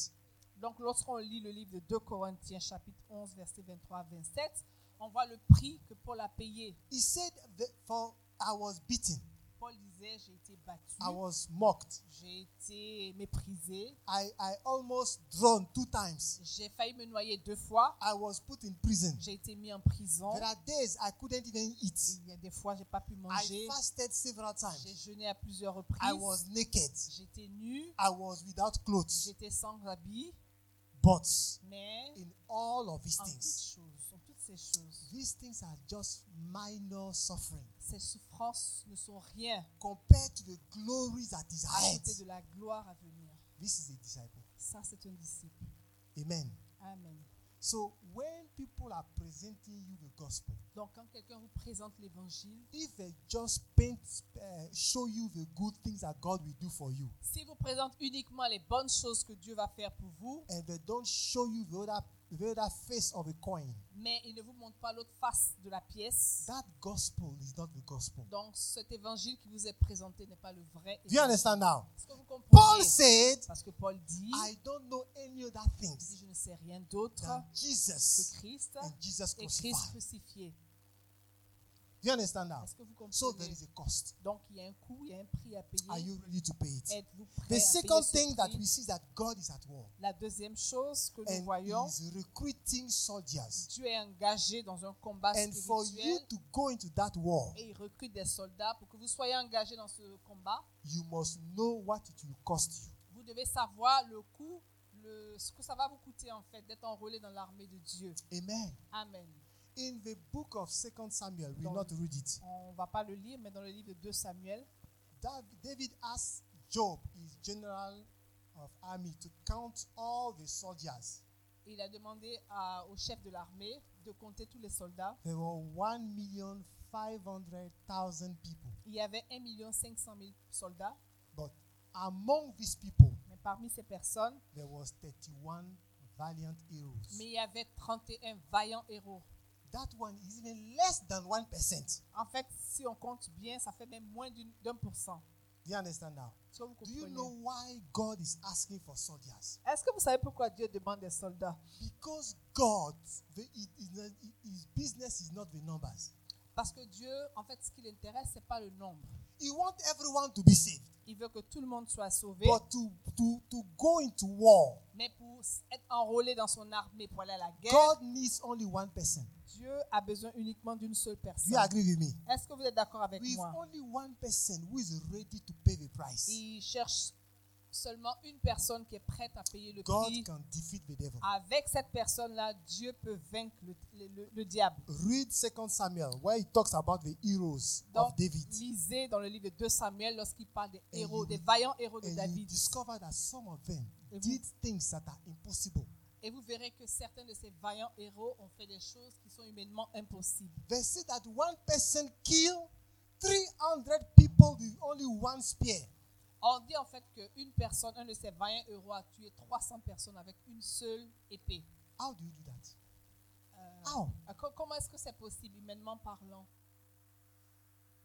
Donc, lorsqu'on lit le livre de 2 Corinthiens, chapitre 11, versets 23 à 27, on voit le prix que Paul a payé. He said, that, For I was beaten, Paul disait J'ai été battu, I was mocked, j'ai été méprisé, I, I almost drowned two times, j'ai failli me noyer deux fois, I was put in prison. j'ai été mis en prison. There are days I couldn't even eat. Il y a des fois, j'ai pas pu I manger. fasted several J'ai times. jeûné à plusieurs Ah. I was reprises. naked. J'étais nu, I was without clothes. j'étais sans habit, But mais in all of these en toutes things. choses, en toutes ces choses, These things are just minor suffering ces souffrances ne sont rien compared to the glory that is à côté de ahead. la gloire à venir. This is a disciple. Ça, c'est un disciple. Amen. Amen. So when people are presenting you the gospel, Donc, quand quelqu'un vous présente l'évangile, if they just paint, uh, show you the good things that God will do for you, s'il vous présente uniquement les bonnes choses que Dieu va faire pour vous, and they don't show you the other, the other face of a coin, mais il ne vous montre pas l'autre face de la pièce, that gospel is not the gospel. donc cet évangile qui vous est présenté n'est pas le vrai. Do you évangile. understand now? Est-ce que vous Paul comprenez? said, Parce que Paul dit, I don't know any other il dit, things je ne sais rien d'autre than que Jesus Christ and Jesus et Christ crucified. crucifié. Do you understand now? Est-ce que vous So there comprenez? is a cost. Donc il y a un coût, il y a un prix à Are payer. you ready to pay it? Êtes-vous prêt The à second payer thing ce that prix? we see is that God is at war La deuxième chose que nous and He voyons, is recruiting soldiers. Dieu est engagé dans un combat And for you spirituel to go into that war, et il recrute des soldats pour que vous soyez engagés dans ce combat. you must know what it will cost you. Vous devez savoir le coût, le, ce que ça va vous coûter en fait d'être enrôlé dans l'armée de Dieu. Amen. Amen. In the book of Second Samuel, we Dans- will not read it. On va pas le lire, mais dans le livre de 2 Samuel, Dav- David asked Job, his general of army, to count all the soldiers. il a demandé à- au chef de l'armée de compter tous les soldats. There were one million five hundred thousand people, Il y avait 1 500 000 soldats, but among these people, mais parmi ces personnes, there was 31 valiant heroes. mais il y avait 31 vaillants héros. That one is even less than 1%. En fait, si on compte bien, ça fait même moins d'une- d'un pour cent. Do you understand now? Est-ce que vous Do you comprenez? know why God is asking for soldiers? Est-ce que vous savez pourquoi Dieu demande des soldats? Because God, the, it- it- his business is not the numbers. Parce que Dieu, en fait, ce qui l'intéresse, c'est pas le nombre. He wants everyone to be saved. Il veut que tout le monde soit sauvé, But to, to, to go into war, mais pour s- être enrôlé dans son armée pour aller à la guerre, God needs only one person. Dieu a besoin uniquement d'une seule Do you personne. agree with me? Est-ce que vous êtes d'accord avec With moi? only one person who is ready to pay the price. Il cherche seulement une personne qui est prête à payer le God prix. can defeat the devil. Avec cette personne-là, Dieu peut vaincre le, le- le- le diable. Read 2 Samuel where he talks about the heroes Donc, of David. lisez dans le livre de 2 Samuel lorsqu'il parle des Et héros, il- des vaillants héros de And you David. discover that some of them Et vous- did things that are impossible. Et vous verrez que certains de ces vaillants héros ont fait des choses qui sont humainement impossibles. They say that one person killed 300 people with only one spear. On dit en fait qu'une personne, un de ces vaillants héros a tué 300 personnes avec une seule épée. How do you do that? Euh, How? co- comment est-ce que c'est possible, humainement parlant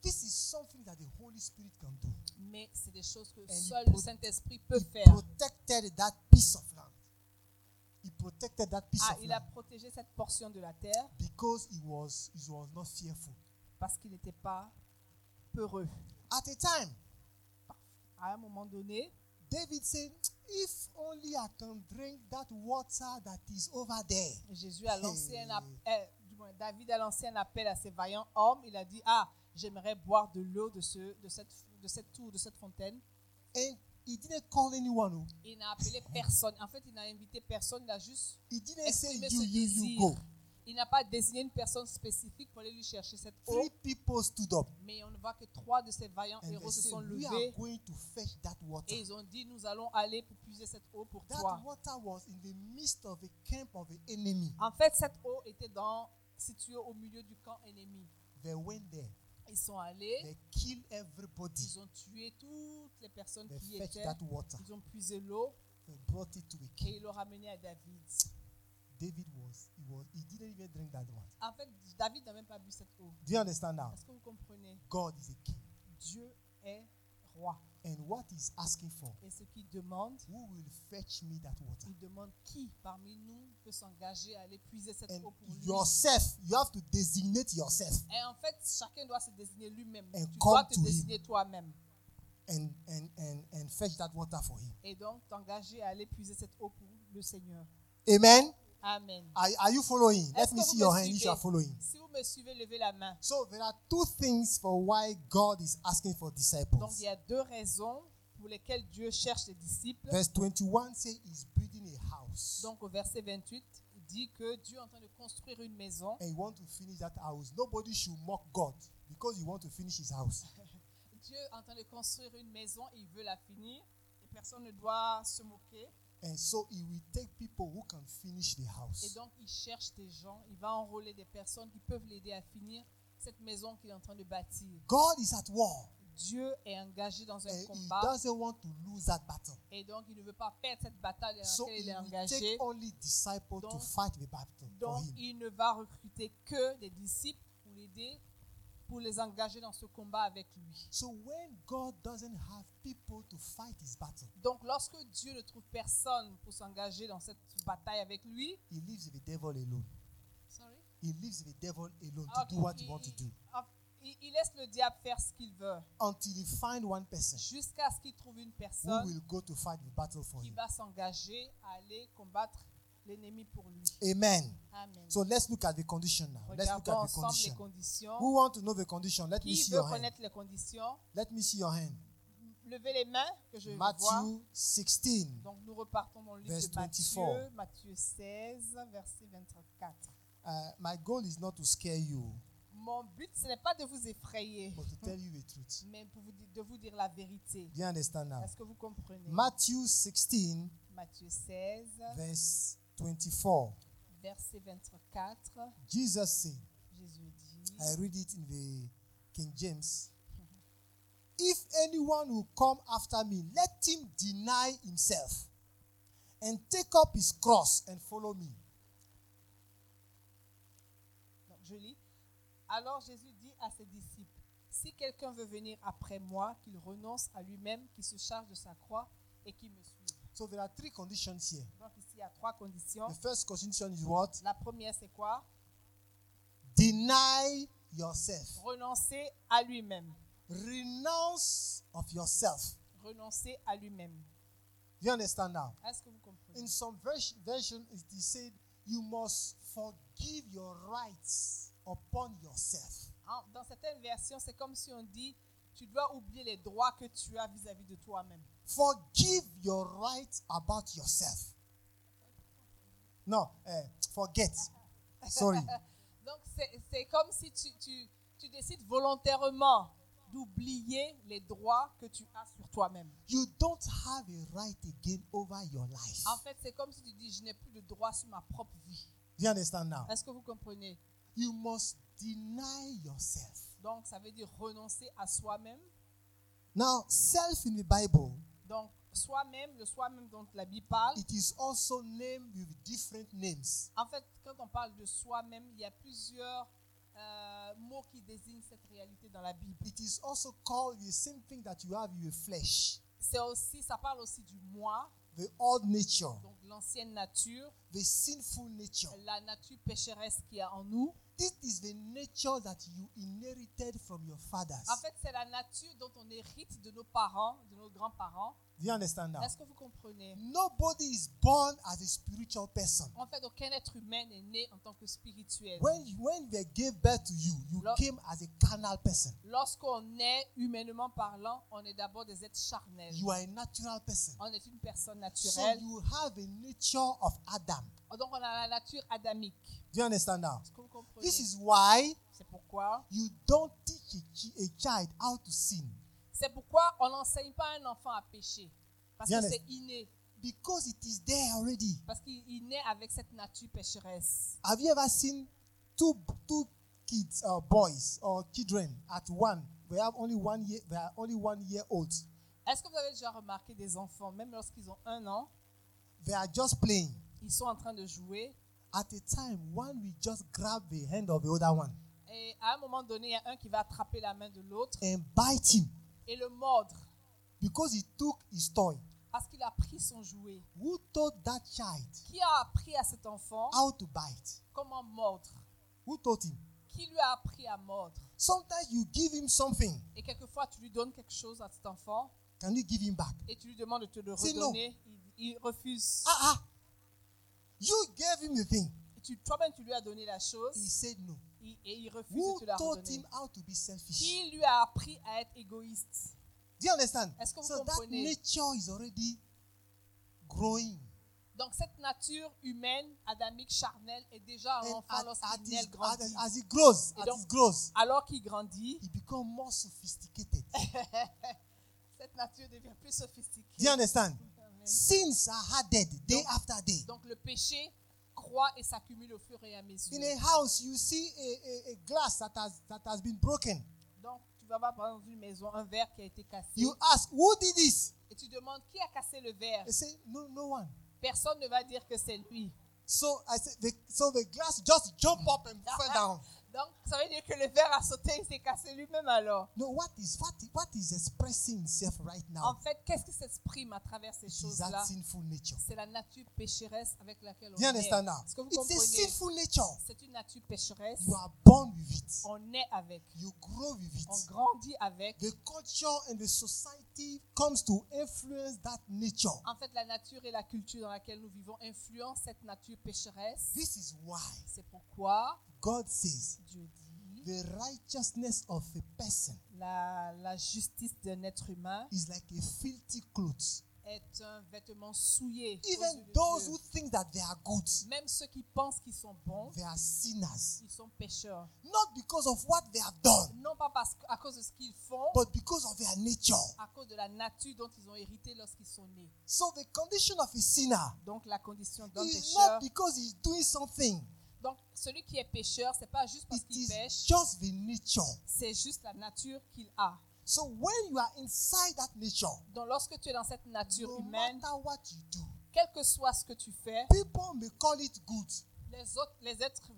This is something that the Holy Spirit can do. Mais c'est des choses que il seul pro- le Saint-Esprit peut he faire. protected that piece of land. He protected that piece Ah, of il a land protégé cette portion de la terre because he was he was not fearful. parce qu'il n'était pas peureux. At a time, À un moment donné, David said, "If only I can drink that water that is over there." Jésus a lancé Hey. un appel, du moins David a lancé un appel à ses vaillants hommes. Il a dit Ah, j'aimerais boire de l'eau de, ce, de, cette, de cette tour, de cette fontaine. And Eh, he didn't call anyone. oh. Il n'a appelé personne. En fait, il n'a invité personne. Il a juste. He didn't say, Exprimer "You, ce you, you désir. go." Il n'a pas désigné une personne spécifique pour aller lui chercher cette eau. Three people stood up Mais on voit que trois de ces vaillants and they héros se said, sont "We are levés going to fetch that water." et ils ont dit Nous allons aller pour puiser cette eau pour That toi. water was in the midst of a camp of the enemy. En fait, cette eau était dans, située au milieu du camp ennemi. They went there. Ils sont allés, They killed everybody. ils ont tué toutes les personnes They qui y fetched étaient. that water. Ils ont puisé l'eau They brought it to a et king. ils l'ont ramenée à David. David was he was he didn't even drink that one. En fait, David n'a même pas bu cette eau. Do you understand now? Est-ce que vous comprenez God is a king, Dieu est roi. and what he's asking for, Et ce qu'il demande, who will fetch me that water? il demande qui parmi nous peut s'engager à aller puiser cette And eau pour lui. yourself, you have to designate yourself Et en fait, chacun doit se désigner lui-même. And Tu dois come te to him. désigner toi-même. and and and and fetch that water for him. Et donc, t'engager à aller puiser cette eau pour le Seigneur. Amen. Amen. Are, are you following? Let Est-ce me que see vous me your hand if you are suivez? following. Si vous me suivez, levez la main. So there are two things for why God is asking for Donc, il disciples. y a deux raisons pour lesquelles Dieu cherche des disciples. Verse 21 says he's building a house. Donc, au verset 28, il dit que Dieu est en train de construire une maison. and you want to finish that house, nobody should mock God because you want to finish his house. Dieu est en train de construire une maison et il veut la finir. Et personne ne doit se moquer. And so he will take people who can finish the Et house. donc, il cherche des gens. Il va enrôler des personnes qui peuvent l'aider à finir cette maison qu'il est en train de bâtir. God is at war Dieu est engagé dans un and he combat. doesn't want to lose that battle. Et donc, il ne veut pas perdre cette bataille dans So laquelle he il est will engagé. take only disciples to Donc- fight the battle for Donc, him. il ne va recruter que des disciples pour l'aider, pour les engager dans ce combat avec lui. So when God doesn't have people to fight his battle, Donc, lorsque Dieu ne trouve personne pour s'engager dans cette bataille avec lui, he leaves the devil alone. Sorry? He leaves the devil alone Ah, to do what il- he wants to il- do ah, il- il laisse le diable faire ce qu'il veut until he find one person jusqu'à ce qu'il trouve une who personne will go to fight the battle for qui him. va s'engager à aller combattre l'ennemi pour lui. Amen. Amen. So let's look at the condition now. Let's look Regardons at the ensemble condition. les conditions. Who want to know the condition? Let me Qui see veut your hand. connaître les conditions Let me see your hand. Levez les mains que je vois. Matthew 16. Donc nous repartons dans le livre Verse de Matthieu, 24. Matthieu 16, verset 24. Uh, my goal is not to scare you, Mon but, ce n'est pas de vous effrayer, but to tell you the truth. mais pour vous di- de vous dire la vérité. Do you understand now? Est-ce que vous comprenez Matthew 16, Matthieu 16, verse 24. verset 24, Jesus said, Jésus dit, I read it in the King James. If anyone will come after me, let him deny himself and take up his cross and follow me. donc je lis, alors Jésus dit à ses disciples, si quelqu'un veut venir après moi, qu'il renonce à lui-même, qu'il se charge de sa croix et qu'il me suive. So there are three conditions here. Donc ici, il y a trois conditions. The first condition is what? La première, c'est quoi Deny yourself. Renoncer à lui-même. renounce of yourself. Renoncer à lui-même. You understand now? Est-ce que vous comprenez In some vers- version, it is said you must forgive your rights upon yourself. En- Dans certaines versions, c'est comme si on dit tu dois oublier les droits que tu as vis-à-vis de toi-même. Forgive your right about yourself. No, eh, forget. Sorry. Donc, c'est- c'est comme si tu, tu- tu décides volontairement d'oublier les droits que tu as sur toi-même. You don't have a right again over your En life. fait, c'est comme si tu dis, je n'ai plus de droit sur ma propre vie. Do you understand now? Est-ce que vous comprenez You must deny yourself. Donc, ça veut dire renoncer à soi-même. Now, self in the Bible, Donc, soi-même, le soi-même dont la Bible parle. it is also named with different names. En fait, quand on parle de soi-même, il y a plusieurs euh, mots qui désignent cette réalité dans la Bible. It is also called the same thing that you have in your flesh, C'est aussi, ça parle aussi du moi, the old nature, donc l'ancienne nature, the sinful nature. la nature pécheresse qu'il y a en nous. This is the nature that you inherited from your fathers. En fait, c'est la nature dont on hérite de nos parents, de nos grands-parents. Do you understand now? Est-ce que vous comprenez Nobody is born as a spiritual person. En fait, aucun être humain n'est né en tant que spirituel. When, when they gave birth to you, you Lo- came as a carnal person. Lorsqu'on est humainement parlant, on est d'abord des êtres charnels. You are a natural person. On est une personne So naturelle. you have a nature of Adam. Donc, on a la nature adamique. Do you understand now? Est-ce que vous comprenez This is why C'est pourquoi you don't teach a, chi- a child how to sin C'est pourquoi on n'enseigne pas un enfant à pécher. Parce Bien que est- c'est inné. because it is there already. Parce qu'il il naît avec cette nature pécheresse. Have you ever seen two two kids or boys or children at one? They have only one year. They are only one year old. Est-ce que vous avez déjà remarqué des enfants, même lorsqu'ils ont un an, They are just playing. ils sont en train de jouer At a time, one will just grab the hand of the other one et à un moment donné, il y a un qui va attraper la main de l'autre and bite him et le mordre because he took his toy. parce qu'il a pris son jouet. Who taught that child Qui a appris à cet enfant how to bite? comment mordre Who taught him? Qui lui a appris à mordre Sometimes you give him something. Et quelquefois, tu lui donnes quelque chose à cet enfant Can you give him back? et tu lui demandes de te le C'est non. redonner. Il, il refuse. Ah ah. You gave him the thing. Et tu- Toi-même, tu lui as donné la He chose. said no. Il- et il refuse Who de te la taught redonner. him how to be selfish? Qui lui a appris à être égoïste Do you understand? Est-ce que vous so that comprenez? nature is already growing. Donc cette nature humaine, adamique, charnelle, est déjà un And enfant at- at lorsqu'il naît, his- elle grandit. at- as it grows, Et as donc- it grows, Alors qu'il grandit, it becomes more sophisticated. cette nature devient plus Do you sophistiquée. understand? Amen. Sins are added day Donc- after day. Donc le péché croît et s'accumule au fur et à mesure. In a house, you see a, a, a glass that has that has been broken. Donc tu vas voir par exemple dans une maison un verre qui a été cassé You ask, who did this? et tu demandes qui a cassé le verre. They say, no, no one. Personne ne va dire que c'est lui. So I said, the, so the glass just jumped up and fell down. Donc ça veut dire que le verre a sauté et s'est cassé lui-même alors. No, what is what, what is expressing itself right En now fait, qu'est-ce qui s'exprime à travers ces is that choses-là sinful nature. C'est la nature pécheresse avec laquelle on Do you est. understand now? Est-ce que vous It's a comprenez sinful nature. C'est une nature pécheresse. You are born with it. On est avec. You grow with On it. grandit avec. The culture and the society comes to influence that nature. En fait, la nature et la culture dans laquelle nous vivons influencent cette nature pécheresse. This is why C'est pourquoi God says Dieu dit the righteousness of a person la, la justice d'un être humain is like a filthy clothes. est un vêtement souillé. aux yeux Even de those Dieu. who think that they are good, Même ceux qui pensent qu'ils sont bons, they are sinners. ils sont pécheurs. Not because of what they have done, Non pas parce que- à cause de ce qu'ils font, but because of their nature. à cause de la nature dont ils ont hérité lorsqu'ils sont nés. So the condition of a sinner Donc la condition d'un is pécheur. not because he's doing something. Donc celui qui est pécheur, c'est pas juste parce It qu'il is pêche, just the nature. c'est juste la nature qu'il a. So when you are inside that nature, Donc lorsque tu es dans cette nature no humaine, matter what you do, quel que soit ce que tu fais, people may call it good, les autres, les êtres,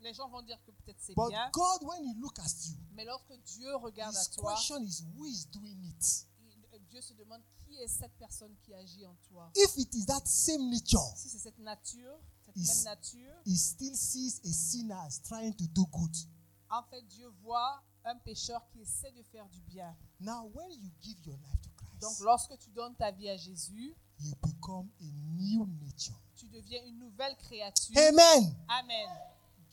les gens vont dire que peut-être c'est but bien, God, when He look at you, mais lorsque Dieu regarde à His toi, question is who is doing it. il- Dieu se demande qui est cette personne qui agit en toi. If it is that same nature, Si c'est cette nature, cette Is- même nature, He still sees a sinner as trying to do good. en fait Dieu voit un pécheur qui essaie de faire du bien. Now, when you give your life to Donc Christ, lorsque tu donnes ta vie à Jésus, you become a new nature. tu deviens une nouvelle créature. Amen. Amen.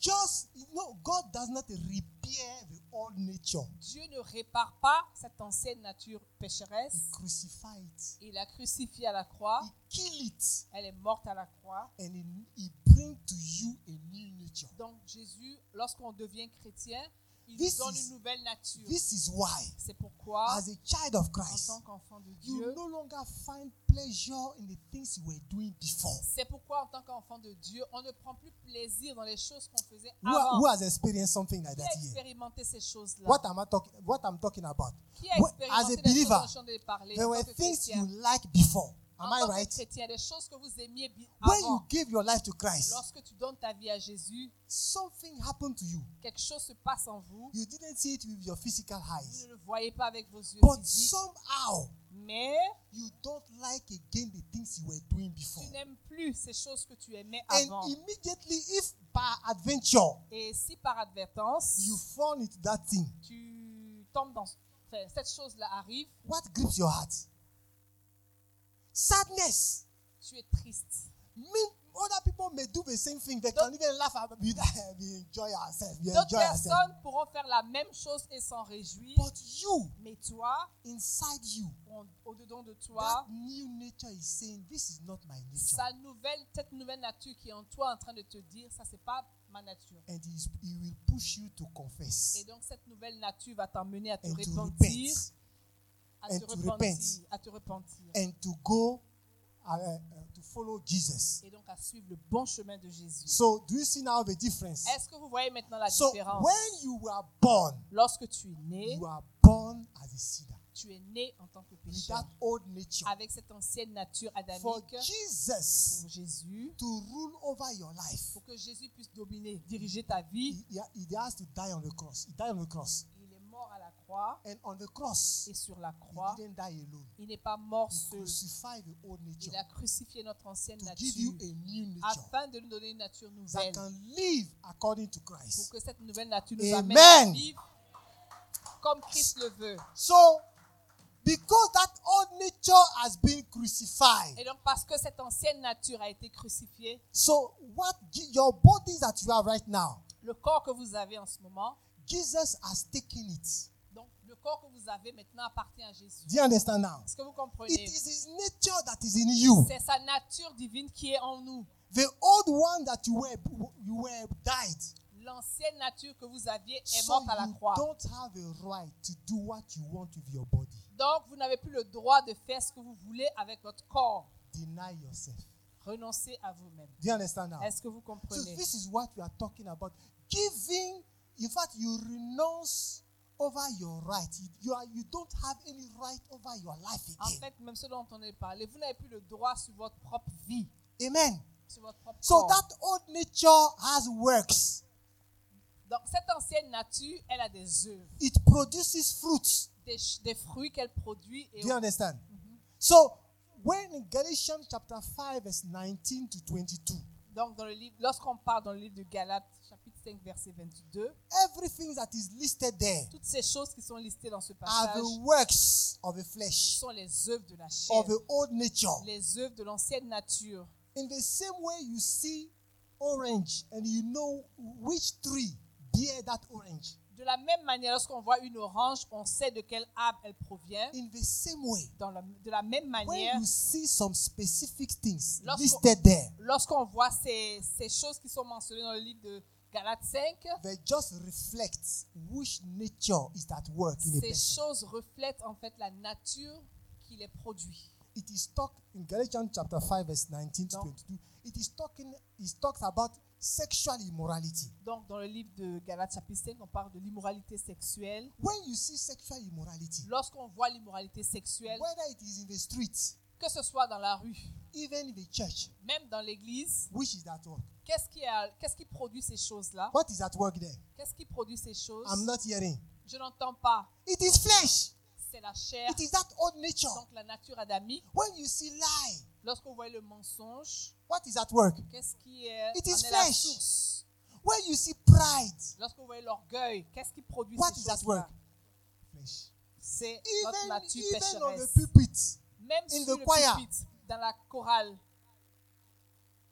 Just no, God does not repeat repair the old nature. Dieu ne répare pas cette ancienne nature He pécheresse. crucified it. Il l'a crucifiée à la croix. He killed it. Elle est morte à la croix. And he, he bring to you a new nature. Donc Jésus, lorsqu'on devient chrétien, il This nous donne is- une nouvelle nature. This is why, C'est pourquoi, as a child of en Christ, tant qu'enfant de you Dieu, no longer find pleasure in the things you were doing before. c'est pourquoi, en tant qu'enfant de Dieu, on ne prend plus plaisir dans les choses qu'on faisait Who, ha- avant. who has experienced something like Qui that a here? expérimenté ces choses-là? What am I talking? What I'm talking about? Qui a What- as expérimenté a les choses believer, dont je viens de parler? there en were tant que things chrétien? you liked before. En Am I tant que right? chrétien, des choses que vous aimiez bi- When you avant. gave your life to Christ, Lorsque tu donnes ta vie à Jésus, something happened to you. quelque chose se passe en vous. You didn't see it with your physical Vous eyes, ne le voyez pas avec vos yeux but physiques, somehow mais you don't like again the things you were doing before. tu n'aimes plus ces choses que tu aimais And avant. immediately, if by adventure Et si par advertance, you fall into that thing, tu tombes dans... Enfin, cette chose-là arrive, what grips your heart? Sadness. tu es triste. Mean other people may do the same thing. They Don't- can even laugh at you. <laughs> We enjoy ourselves. We D'autres enjoy ourselves. personnes pourront faire la même chose et s'en réjouir, But you, mais toi, inside you, au- au-dedans de that toi, new nature is saying, "This is not my nature." sa nouvelle, cette nouvelle nature qui est en toi en train de te dire, ça c'est pas ma nature. and he, is- he will push you to confess Et donc cette nouvelle nature va t'emmener à te and to repentir, repent à and te to repentir, à te repentir. and to go uh, uh, to follow Jesus. Et donc à suivre le bon chemin de Jésus. So, do you see now the difference? Est-ce que vous voyez maintenant la So, différence when you were born, Lorsque tu es né, you are born as a sinner tu es né en tant que with pécheur that old nature. avec cette ancienne nature For adamique Jesus pour Jésus, to rule over your life, pour que Jésus puisse dominer, diriger ta vie. he, he- he has to die on the cross. He died on the cross, Il est mort à la croix and on the cross, et sur la croix, he didn't die alone. il n'est pas mort He seul. crucified the old nature Il a crucifié notre ancienne to give you nature a new nature. afin de nous donner une nature that nouvelle can live according to pour Christ. que cette nouvelle nature nous Amen. amène à vivre comme Christ le veut. So, because that old nature has been crucified, Et donc parce que cette ancienne nature a été crucifiée, so what gi- your bodies that you have right now, le corps que vous avez en ce moment, Jesus has taken it. donc le corps que vous avez maintenant appartient à Jésus. Do you understand now? Est-ce que vous It comprenez is His nature that is in you. C'est sa nature divine qui est en nous. The old one that you were, you were died. L'ancienne nature que vous aviez est So morte à la you croix. don't have a right to do what you want with your body. Donc vous n'avez plus le droit de faire ce que vous voulez avec votre corps. Deny yourself. Renoncez à vous-même. Do you understand now? Est-ce que vous Ah. So comprenez this is what we are talking about. Giving, in fact, you renounce over your right. You- You, are, you don't have any right over your life En again. fait, même ce dont on est parlé, vous n'avez plus le droit sur votre propre vie, Amen. sur votre propre So corps. that old nature has works. Donc cette ancienne nature, elle a des œuvres, It produces fruits. des, ch- des fruits qu'elle produit. Et Do you understand? Mm-hmm. So when in Galatians chapter 5, verse 19 to 22, donc dans le livre, lorsqu'on parle dans le livre de Galates, chapitre 5, verset 22, everything that is listed there toutes ces choses qui sont listées dans ce are passage the works of the flesh, sont les œuvres de la chair, of the old nature. les œuvres de l'ancienne nature. In the same way you see orange and you know which tree bear that orange. De la même manière, lorsqu'on voit une orange, on sait de quel arbre elle provient. In the same way, Dans la- de la même manière, when you see some specific things Lorsqu'on- listed there, lorsqu'on voit ces, ces choses qui sont mentionnées dans le livre de Galates 5, they just reflect which nature is at work in a ces person. choses reflètent en fait la nature qui les produit. It is talk in Galatians chapter 5, verse 19 to Donc- 22. It is talking, it talks about sexual immorality. Donc, dans le livre de Galates chapitre 5, on parle de l'immoralité sexuelle. When you see sexual immorality, Lorsqu'on voit l'immoralité sexuelle, whether it is in the street, que ce soit dans la rue, even in the church, même dans l'église, which is at work? qu'est-ce qui, est à- qu'est-ce qui produit ces choses-là What is at work there? Qu'est-ce qui produit ces choses I'm not hearing. Je n'entends pas. It is flesh. C'est la chair, It is that old nature. donc la nature adamique. When you see lie, Lorsqu'on voit le mensonge, what is at work? qu'est-ce qui est, It en is est la flesh. source When you see pride, Lorsqu'on voit l'orgueil, qu'est-ce qui produit what ces is at choses-là work? Flesh. C'est notre Even, nature even on the pécheresse. pulpit, Même in sur the le choir. pulpit, dans la chorale,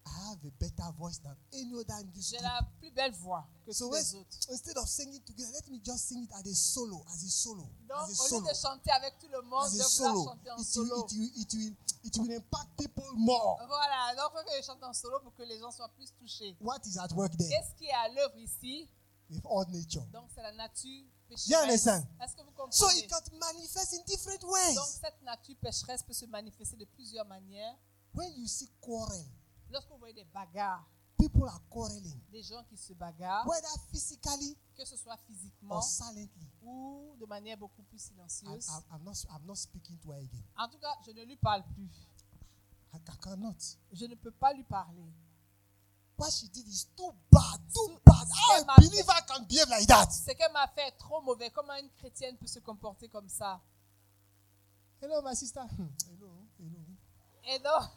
I have a better voice than any other in this J'ai group. la plus belle voix que So tous when, les autres. instead of singing together, let me just sing it as a solo, as a solo, Donc, as a au lieu solo, de chanter avec tout le monde, as a je voulais solo. Oh. chanter en It will, solo. it will, it will, it will impact people more. Voilà, donc il faut que je chante en solo pour que les gens soient plus touchés. What is at work there Qu'est-ce qui est à l'œuvre ici with all nature? Donc, c'est la nature You pécheresse. understand? Est-ce que vous So it comprenez can manifest in different Donc, ways. cette nature pécheresse peut se manifester de plusieurs manières. When you see quarrel, Lorsque vous voyez des bagarres, people are quarreling, des gens qui se bagarrent, whether physically que ce soit or physiquement silently. ou de manière beaucoup plus I, silencieuse. I, am not, I'm not speaking to her again. En tout cas, je ne lui parle plus. I, I cannot. Je ne peux pas lui parler. What she did is too bad, too bad. How a believer can behave like that? Ce qu'elle m'a fait est trop mauvais. Comment une chrétienne peut se comporter comme ça Hello, my sister. Hmm, Hello, hello. Et donc, <laughs>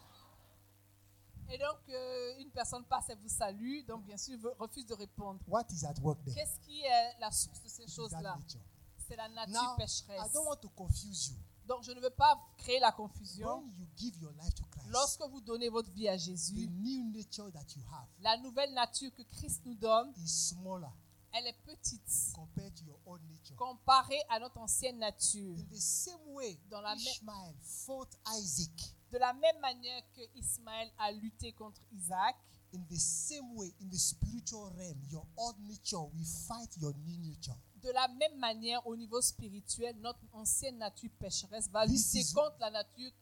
et donc euh, une personne passe et vous salue, donc bien sûr, veut- refuse de répondre. What is at work there? Qu'est-ce qui est la source de ces It is that choses-là nature. C'est la nature Now, I pécheresse. don't want to confuse you. Donc, je ne veux pas créer la confusion. When you give your life to Christ, Lorsque vous donnez votre vie à the Jésus, new nature that you have la nouvelle nature que Christ nous donne, is smaller elle est petite compared to your old nature. comparée à notre ancienne nature. In the same way, Dans la me- Ishmael fought Isaac. De la même manière que Ismaël a lutté contre Isaac, In the same way, in the spiritual realm, your old nature will fight your new nature. de la même manière au niveau spirituel, notre ancienne nature pécheresse va This lutter is- contre la nature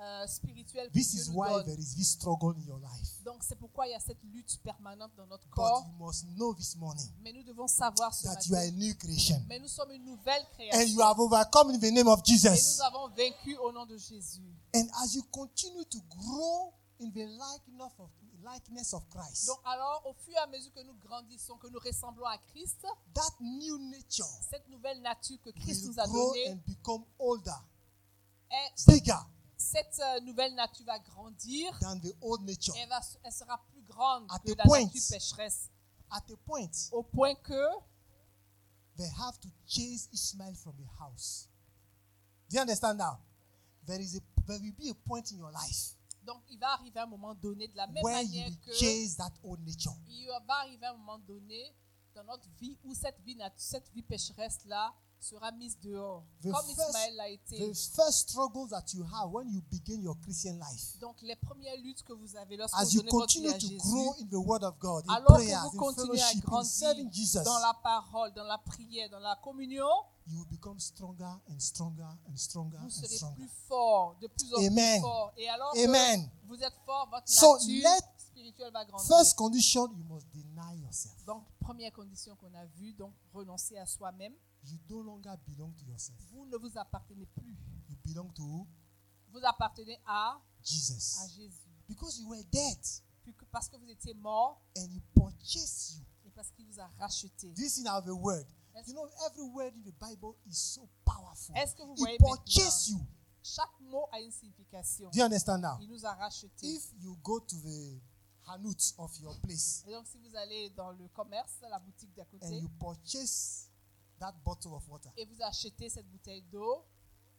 euh, spirituelle que This Dieu is nous why donne. there is this struggle in your life. Donc c'est pourquoi il y a cette lutte permanente dans notre But corps. you must know this morning Mais nous devons savoir ce that you are matin. a new creation Mais nous sommes une nouvelle and création. you have overcome in the name of Et nous Jesus. avons vaincu au nom de Jésus. And as you continue to grow in the likeness of, likeness of Christ, Donc alors, au fur et à mesure que nous grandissons, que nous ressemblons à Christ, that new nature cette nouvelle nature que Christ nous will a grow donnée, and become older, est- bigger cette euh, nouvelle nature va grandir. than the old nature. Et elle, va- elle sera plus grande At que a la point. nature pécheresse. At a point, Au point que they have to chase Ishmael from the house. Do you understand now? There is a there will be a point in your life Donc, il va arriver un moment donné, de la même where you manière will que chase that old nature. il va arriver un moment donné dans notre vie où cette vie, nat- cette vie pécheresse-là sera mise dehors, The comme first- Ismaël l'a été. The first struggle that you have when you begin your Christian life, Donc, les premières luttes que vous avez lorsque as vous you donnez votre vie continue à to Jésus, grow in the Word of God, in alors prayer, que vous in continuez à fellowship, in serving grandir Jesus, dans la parole, dans la prière, dans la communion, you will become stronger and stronger and stronger vous and serez stronger. plus fort, de plus en Amen. plus fort. Et alors Amen. que vous êtes fort, votre So, nature let- spirituelle va grandir. First condition, you must deny yourself. Donc, première condition qu'on a vue, donc renoncer à soi-même. You no longer belong to yourself. Vous ne vous appartenez plus. You belong to who? Vous appartenez à, à Jesus. Jésus. Because you were dead Puis que- Parce que vous étiez mort and he purchased you. et parce qu'il vous a racheté. This is now a word. Est-ce You know, every word in the Bible is so powerful. est-ce que vous He voyez purchased maintenant, you. chaque mot a une signification. Do you understand now? Il nous a racheté. If you go to the Hanut of your place Et donc, si vous allez dans le commerce, la boutique d'à and côté, you purchase that bottle of water et vous achetez cette bouteille d'eau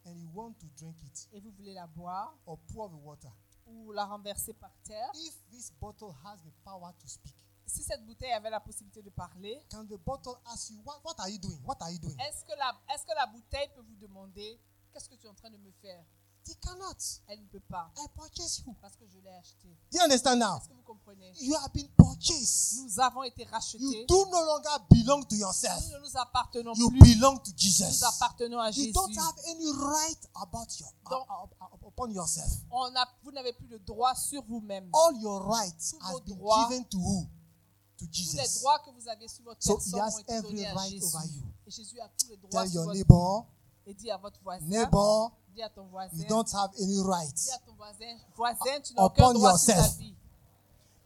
and you want to drink it et vous voulez la boire or pour the water, ou la renverser par terre, if this bottle has the power to speak, si cette bouteille avait la possibilité de parler, can the bottle ask you, what, what are you doing? What are you doing? est-ce que, la- est-ce que la bouteille peut vous demander qu'est-ce que tu es en train de me faire It cannot. Elle ne peut pas I purchased you. parce que je l'ai acheté. Do you understand now? Est-ce que vous comprenez You have been purchased. Nous avons été You rachetés. do no longer belong to yourself. Nous ne nous appartenons You plus. belong to Nous Jesus. appartenons à You Jésus. don't have any right about your uh, Don't- up- up- up- upon yourself. On a- vous n'avez plus de droit sur vous-même. All your rights Tous have vos been droits. given to who? To Tous les Jesus. droits que vous avez sur votre So he personne has ont été every donnés à right Jésus. over you. Et Jésus a tous les droits Tell sur your votre neighbor, Et dis à votre voisin. neighbor, Dis à ton voisin. you don't have any Dis à rights. ton voisin. Voisin, tu n'as aucun Upon droit sur ta yourself. vie.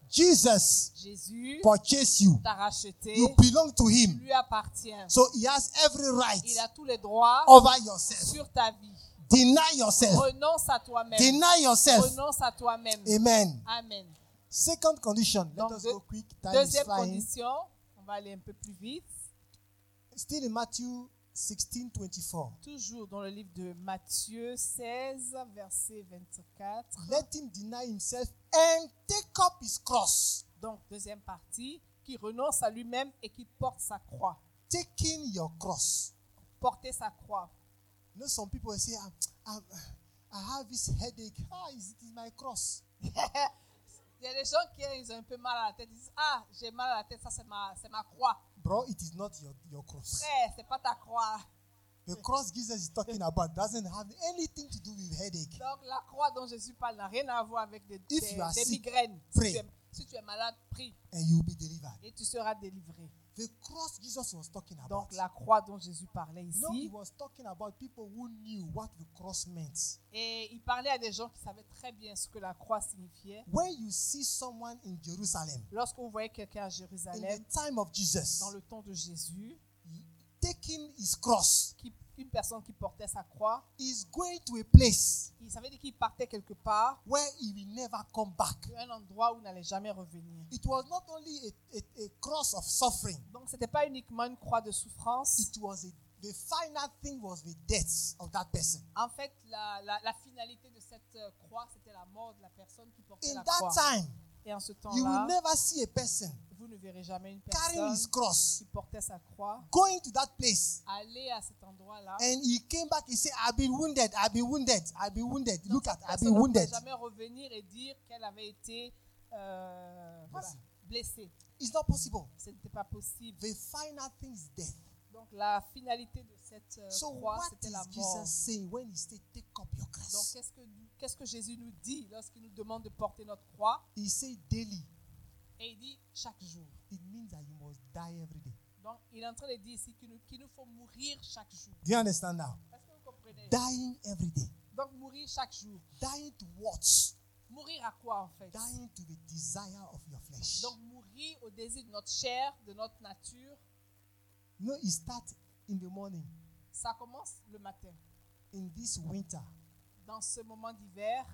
Jesus Jésus purchased you. t'a racheté. You belong to Tu him. lui appartient. So he has every right Il a tous les droits over yourself. sur ta vie. Deny yourself. Renonce à toi-même. Deny yourself. Renonce à toi-même. Amen. Amen. Second condition. Let Donc, us deux- go quick. Time is Deuxième flying. condition, on va aller un peu plus vite. Still in Matthew 16 24. Toujours dans le livre de Matthieu 16, verset 24. Let him deny himself and take up his cross, Donc, deuxième partie, qui renonce à lui-même et qui porte sa croix. taking your cross. Porter sa croix. You know, some people will say, "Ah, ah, I have this headache. Ah, is it is my cross? Il y a des gens qui ils ont un peu mal à la tête. Ils disent Ah, j'ai mal à la tête, ça c'est ma, c'est ma croix. Bro, it is not your, your cross. Frère, c'est pas ta croix. The cross Jesus is talking about doesn't have anything to do with headache. Donc, la croix dont Jésus parle n'a rien à voir avec des, des, you are des sick, migraines. pray. Si tu, es, si tu es malade, prie And you will be delivered. et tu seras délivré. The cross Jesus was talking about. Donc, la croix dont Jésus parlait You know, he ici. was talking about people who knew what the cross meant. Et il parlait à des gens qui savaient très bien ce que la croix signifiait. When you see someone in Jerusalem, Lorsque vous voyez quelqu'un à in the Jérusalem, time of Jesus, dans le temps de Jésus, taking his cross, qui- une personne qui portait sa croix, is going to a place il savait qu'il partait quelque part, where he will never come back. un endroit où il n'allait jamais revenir. It was not only a, a, a cross of suffering, Donc, ce n'était pas uniquement une croix de souffrance. it was a, the final thing was the death of that person. En fait, la, la- la finalité de cette euh, croix, c'était la mort de la personne qui portait In la that croix. time, Et en ce you will temps-là, never see a person vous ne verrez jamais une carrying his personne cross qui portait sa croix going to that place aller à cet endroit-là. and he came back he said i've been wounded i've been wounded i've been wounded look at i've Personne been ne wounded pourrait jamais revenir et dire qu'elle avait été euh, voilà, Possible. blessée. it's not possible Ce n'était pas possible. the final thing is death Donc la finalité de cette euh, so croix, what c'était is la mort. jesus saying when he said take up your Donc cross qu'est-ce que, nous- qu'est-ce que Jésus nous dit lorsqu'il nous demande de porter notre croix he said daily Et il dit chaque jour. it means that you must die every day Donc il est en train de dire ici qu'il nous, qu'il nous faut mourir chaque jour. do you understand now Est-ce que vous comprenez dying every day Donc mourir chaque jour. dying to what Mourir à quoi en fait dying to the desire of your flesh Donc mourir au désir de notre chair, de notre nature. you know it starts in the morning Ça commence le matin. in this winter Dans ce moment d'hiver,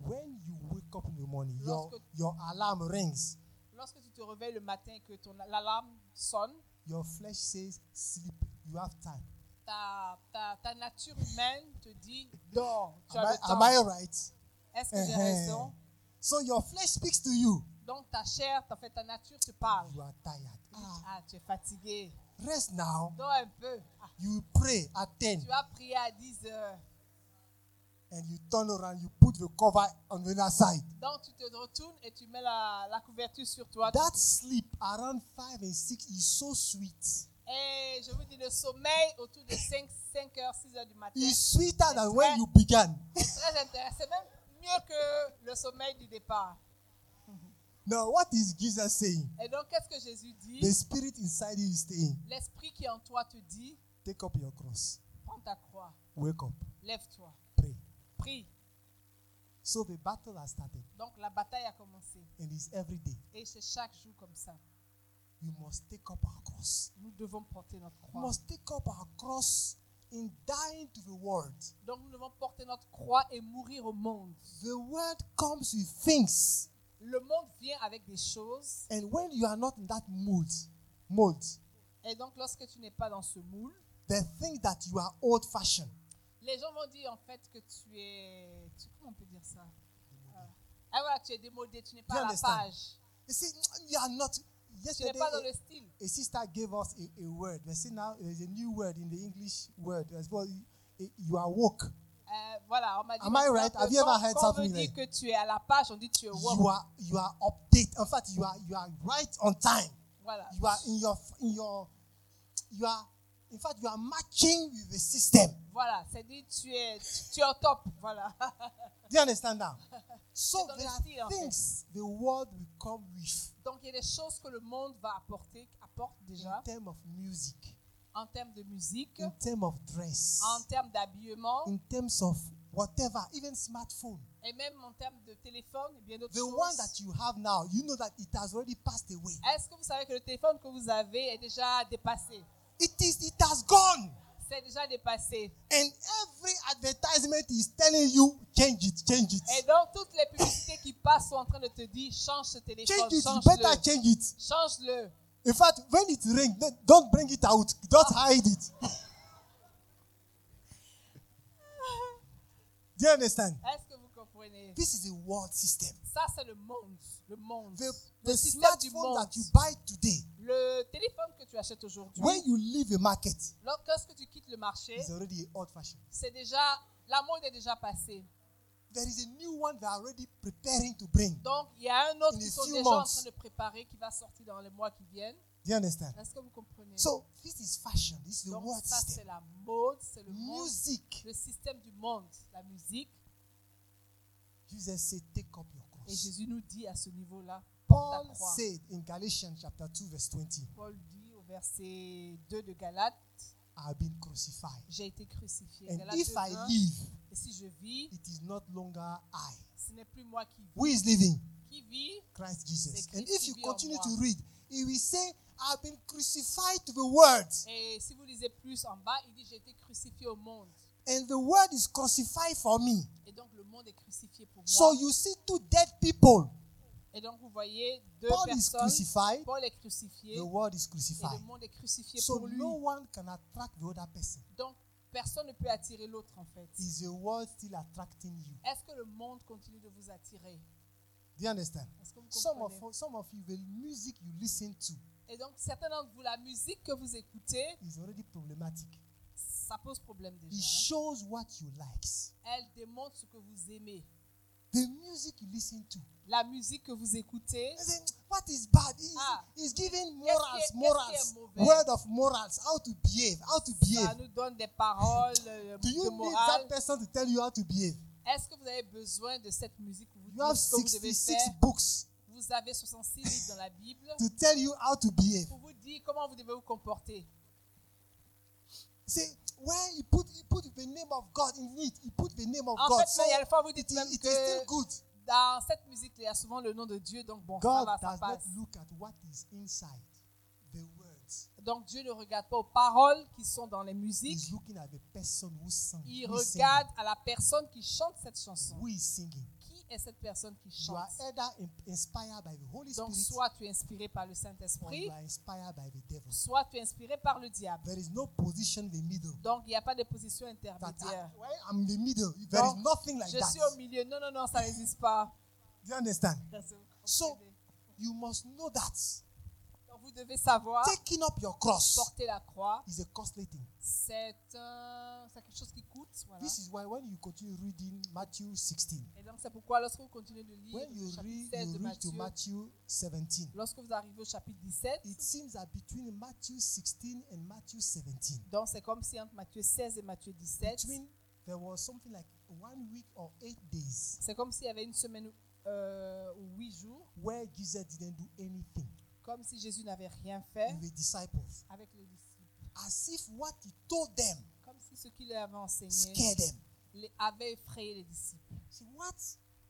when you wake up in the morning your, Lorsque- your alarm rings Lorsque tu te réveilles le matin et que ton l'alarme sonne, your flesh says sleep you have time ta, ta, ta nature humaine te dit dors, tu am as I, le am I temps. right Est-ce que j'ai Uh-huh. raison so your flesh speaks to you Donc ta chair, en fait, ta nature te parle. you are tired ah, Ah, tu es fatigué. rest now Dors un peu. Ah, you pray at 10 tu as prié à 10 heures. and you turn around you put the cover on the other side Donc tu te retournes et tu mets la, la couverture sur toi. that sleep around 5 and 6 is so sweet Et je vous dis, le sommeil autour de 5, 5 heures, 6 heures du matin, it's sweeter than That's when right. you began c'est très intéressant. C'est même mieux que le sommeil du départ. now what is jesus saying Et donc, qu'est-ce que Jésus dit the spirit inside you is saying L'esprit qui est en toi te dit take up your cross prends ta croix, wake up lève-toi, pray prie. so the battle has started Donc la bataille a commencé. and it's every day Et c'est chaque jour comme ça. we must take up our cross Nous devons porter notre We croix. must take up our cross in dying to the world. Donc nous devons porter notre croix et mourir au monde. The world comes with things, Le monde vient avec des choses. and when you are not in that mood, mold, Et donc lorsque tu n'es pas dans ce moule, they think that you are old-fashioned. les gens vont dire en fait que tu es... tu- comment on peut dire ça Ah. Ah voilà, tu es démodé, tu n'es pas You à la understand? page. They say "Mm, you are not. Tu Yesterday, n'es pas dans le a, style. a sister gave us a, a word. They say now there's a new word in the English word as well. You- eh, You are woke. Euh, voilà, on m'a dit... Am I maintenant right? que Have you ever quand- heard quand on something me dit like- que tu es à la page, on dit tu es woke. You are you are update. In fact, you are you are right on time. Voilà. You are in your in your you are. In fact, you are matching with the system. Voilà, c'est dit tu es tu, tu es au top, voilà. <laughs> Do you understand now? So C'est dans there le style, are en fait. things the world will come with Donc il y a des choses que le monde va apporter, apporte déjà in terms of music, en termes de musique, in terms of dress, en termes d'habillement in terms of whatever, even smartphone. et même en termes de téléphone et bien d'autres The one choses. that you have now, you know that it has already passed away. Est-ce que vous savez que le téléphone que vous avez est déjà dépassé It is it has gone. C'est déjà dépassé. And every advertisement is telling you, change it, change Et it. donc toutes les publicités qui passent sont en train de te dire change ce téléphone, Change it, you better change-le. change it. Change-le. In fact, when it rings, don't bring it out. Don't hide it. Do you understand? Est-ce que vous comprenez? This is a world system. Ça, c'est le monde. Le monde. The, the le système du smartphone monde. that you buy today, Le téléphone que tu achètes aujourd'hui, when you leave a market, lorsque tu quittes le marché, is already old fashioned. c'est déjà. La mode est déjà passée. There is a new one they are already preparing to bring. Donc, il y a un autre In qui a sont few déjà en months. train de préparer qui va sortir dans les mois qui viennent. Do you understand? Est-ce que vous comprenez? So this is fashion. This is the Donc, world ça, c'est system. la mode, c'est le monde, Music. le système du monde, la musique. Jesus said, take up your Et cross. Jésus nous dit à ce niveau-là, porte ta Paul croix. said in Galatians chapter 2 verse 20, Paul dit au verset 2 de Galates, I have been crucified. j'ai été crucifié. And Galates if 2, I 1, live, et si je vis, it is not longer I. ce n'est plus moi qui vis. Who is living? Qui vit Christ Jesus. C'est And Christ if you qui vit en continue moi. to read, he will say, I have been crucified to the word. Et si vous lisez plus en bas, il dit j'ai été crucifié au monde. And the word is crucified for me. Et donc le monde est crucifié pour moi. So you see two dead people. et donc vous voyez deux Paul is personnes. crucified. Paul est crucifié The word is et le crucified. monde est crucifié So pour lui. no one can attract the other person. Donc personne ne peut attirer l'autre en fait. Is the world still attracting you? Est-ce que le monde continue de vous attirer Do you understand? Est-ce que vous Some of comprenez some of you, the music you listen to Et donc certains d'entre vous, la musique que vous écoutez, is already problematic. ça pose problème It déjà. hein. shows what you likes. Elle démontre ce que vous aimez. The music you listen to. La musique que vous écoutez, I say, what is bad? He's, Ah. he's giving Qu'est-ce qui est- morals, qu'est-ce qui est morals, mauvais? word of morals, how to behave, how to ça behave. nous donne des paroles euh, <laughs> Do de you need that morale. person to tell you how to behave? Est-ce que vous avez besoin de cette musique où vous dites You have ce que vous devez 66 faire books Vous avez 66 livres dans la Bible to tell you how to behave. pour vous dire comment vous devez vous comporter. Say, where you put you put the name of God in it, you put the name of En God. fait, mais il y a des fois, vous it dites is, même it is still que good. dans cette musique, il y a souvent le nom de Dieu, donc bon, ça God va, ça does not passe. look at what is inside the words. Donc Dieu ne regarde pas aux paroles qui sont dans les He's musiques, looking at the person who sang. il who is regarde à la personne qui chante cette singing. chanson. Who is singing? Qui est cette personne qui You are chante either in- inspired by the Holy Donc Spirit soit tu es inspiré par le or you Saint-Esprit, are inspired by the devil. soit tu es inspiré par le diable. There is no position in the middle. Donc il n'y a pas de position That intermédiaire. I, well, I'm in the middle. There is Donc, nothing like Je suis au that. milieu. Non, non, non, ça n'existe pas. Do you understand? So- Donc You must know that vous devez savoir, taking up your cross porter la croix, is a costly thing. c'est un- c'est quelque chose qui coûte. Voilà. This is why when you continue reading Matthew 16, Et donc c'est pourquoi lorsque vous continuez de lire when you le read, chapitre 16 you de read to Matthieu, Matthew 17. lorsque vous arrivez au chapitre 17, It seems that between Matthew 16 and Matthew 17, donc c'est comme si entre Matthieu 16 et Matthieu 17, between there was something like one week or eight days c'est comme s'il y avait une semaine euh, ou huit jours, where Jesus didn't do anything comme si Jésus n'avait rien fait with the disciples, avec les disciples, as if what he told them comme si ce qu'il leur avait enseigné scared them. les, avait effrayé les disciples. Say, what?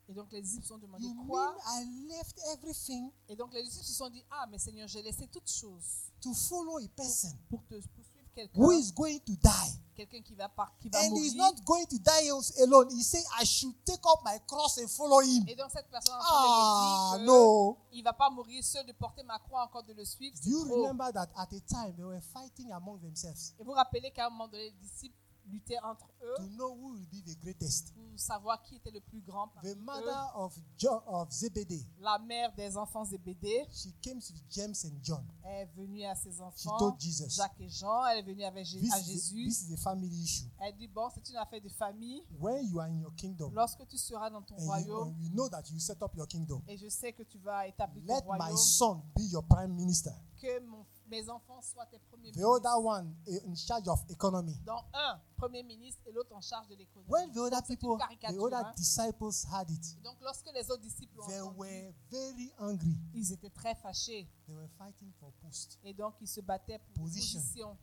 Et donc les disciples se sont demandé You mean quoi I left everything Et donc les disciples se sont dit, ah, mais Seigneur, j'ai laissé toutes choses to follow a person pour te poursuivre quelqu'un, who is going to die? quelqu'un qui va, par, qui va And he's mourir. not going to die als- alone. He said, I should take up my cross and follow him. Et donc cette personne en Ah, train de me dire que no. il va pas mourir seul de porter ma croix encore de le suivre. Do you c'est trop. remember that at a time they were fighting among themselves? Et vous rappelez qu'à un moment donné, les disciples luttaient entre to eux know who will be the greatest. pour savoir qui était le plus grand. parmi The eux. mother of John, of Zebedee, La mère des enfants Zébédée she came to James and John. est venue à ses She enfants, told Jesus, Jacques et Jean. Elle est venue avec Jé- this à is, a, Jésus. this is a family issue. Elle dit bon, c'est une affaire de famille. When you are in your kingdom, Lorsque tu seras dans ton and you, royaume, and you know that you set up your kingdom, et je sais que tu vas établir ton let my royaume, son be your prime minister. que mon- mes enfants soient tes premiers The other ministres. one i- in charge of economy. Dans un premier ministre et l'autre en charge de l'économie. When the other Donc, c'est une people, the caricature, other hein. disciples had it, Donc lorsque les autres disciples ont they entendu, were very angry. ils étaient très fâchés They were fighting for post. et donc ils se battaient pour une Position. position.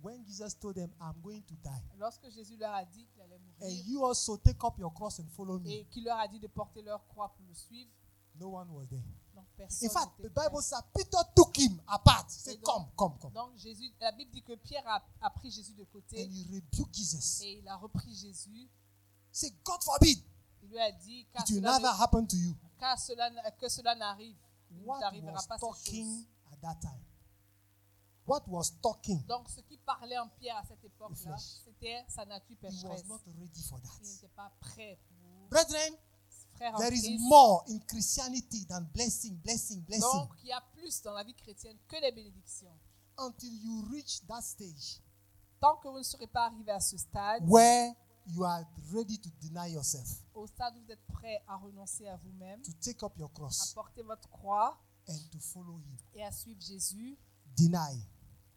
When Jesus told them, I'm going to die, Lorsque Jésus leur a dit qu'il allait and mourir you also take up your cross and follow me, et qu'il leur a dit de porter leur croix pour le suivre, no one was there. donc personne. In fact, the n'était Bible prêt. said Peter took him apart. He said, Et donc- Come, come, come. Donc Jésus, la Bible dit que Pierre a, a pris Jésus de côté And he rebuked Jesus. He et il a repris Jésus. said, God forbid Il lui a dit car it will cela, never ne- happen to you. car cela ne- que cela n'arrive, il ne What t'arrivera was pas cette talking chose. at that time? What was talking, Donc, ce qui parlait en Pierre à cette époque-là, flesh. c'était sa nature he was pécheresse. not ready for Il that. n'était pas prêt pour Brethren, frère en there is Christ. more in Christianity than blessing, blessing, blessing. Donc, il y a plus dans la vie chrétienne que les bénédictions. Until you reach that stage Tant que vous ne serez pas arrivé à ce stade, where you are ready to deny yourself, au stade où vous êtes prêt à renoncer à vous-même, to take up your à cross, porter votre croix and to follow Him. et à suivre Jésus, Deny,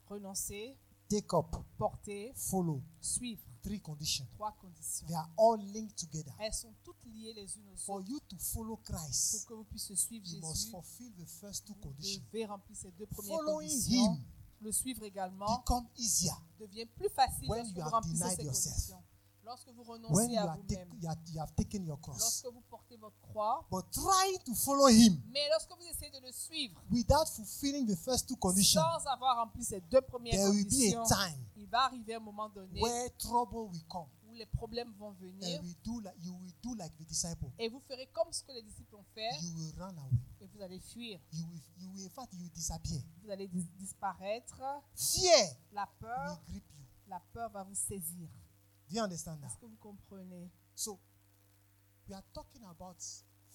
renoncer, take up, porter, follow. suivre. Three conditions. Trois conditions. They are all linked together. Elles sont toutes liées les unes aux For autres. you to follow Pour Christ, que vous puissiez suivre you must Jésus, fulfill the first two vous conditions. devez remplir ces deux premières Following conditions. him Le suivre également Become easier devient plus facile When lorsque you vous have remplissez denied ces yourself. conditions. Lorsque vous when renoncez you, à are take, vous-même, you, are, you have taken your cross. lorsque vous portez votre croix, But trying to follow Him mais lorsque vous essayez de le suivre without fulfilling the first two conditions, sans avoir rempli ces deux premières there will be a conditions, time il va arriver un moment donné where trouble will come. où les problèmes vont venir And we do like, you will do like the disciple. et vous ferez comme ce que les disciples ont fait You will run away. et vous allez fuir, You will, you will, in fact, you will disappear. vous allez dis- disparaître. Fear La will peur, grip you. la peur va vous saisir. Do you understand now? Est-ce que vous comprenez So, we are talking about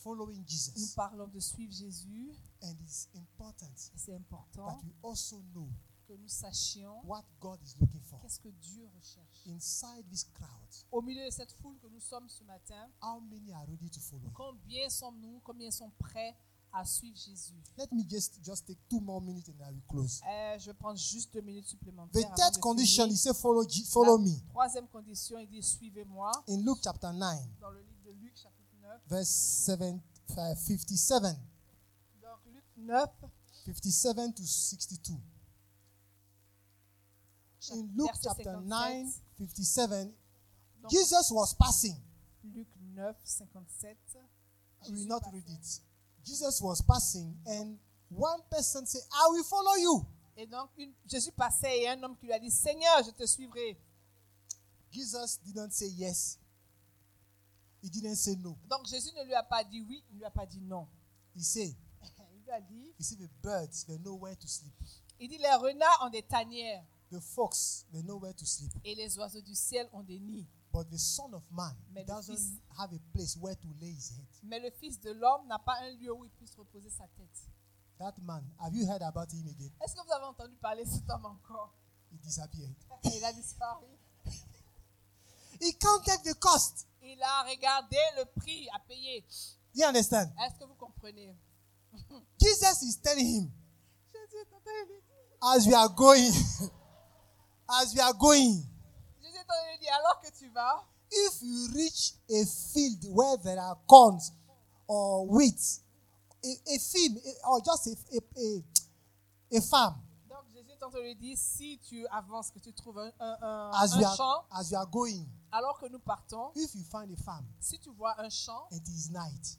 following Nous Jesus. parlons de suivre Jésus And it's important et c'est important that we also know que nous sachions what God is looking for. qu'est-ce que Dieu recherche. Inside this crowd, Au milieu de cette foule que nous sommes ce matin, how many are ready to follow? Him? combien sommes-nous, combien sont prêts à suivre Jésus Let me just just take two more minutes and I will close. Euh, Je prends juste deux minutes The supplémentaires. avant third de condition, finir. he said, follow, Je- follow La me. Troisième condition, il dit suivez-moi In Luke chapter 9, dans le livre de Luc chapitre 9. verse 7, uh, 57, Donc Luc 9, 57 to 62. In Luke verset chapter 57. 9, 57, Donc, Jesus was passing. Luc 9, 57. I will Jésus not passait. read it. Jesus was passing, and one person said, I will follow you. Et donc une- Jésus passait et un homme qui lui a dit Seigneur, je te suivrai. Jesus didn't say yes. He didn't say no. Donc Jésus ne lui a pas dit oui, il ne lui a pas dit non. He said, <laughs> Il lui a dit You see, the birds, they know where to sleep. Il dit les renards ont des tanières The fox, they know where to sleep. et les oiseaux du ciel ont des nids. But the Son of Man Mais le doesn't Fils- have a place where to lay his head. Mais le Fils de l'homme n'a pas un lieu où il puisse reposer sa tête. That man, have you heard about him again? Est-ce que vous avez entendu parler de cet homme encore He disappeared. <laughs> Il a disparu. He counted the cost. Il a regardé le prix à payer. You understand? Est-ce que vous comprenez Jesus is telling him, Jésus est en train de lui dire- as we are going, <laughs> as we are going, Jésus est en train de lui dire, alors que tu vas, if you reach a field where there are corns or wheat, a, a field a- or just a, a, a, a farm, donc Jésus est en train de lui dire, si tu avances, que tu trouves un, un- un- as un we are champ, as we are going, alors que nous partons, if you find a farm si tu vois un champ and it is night,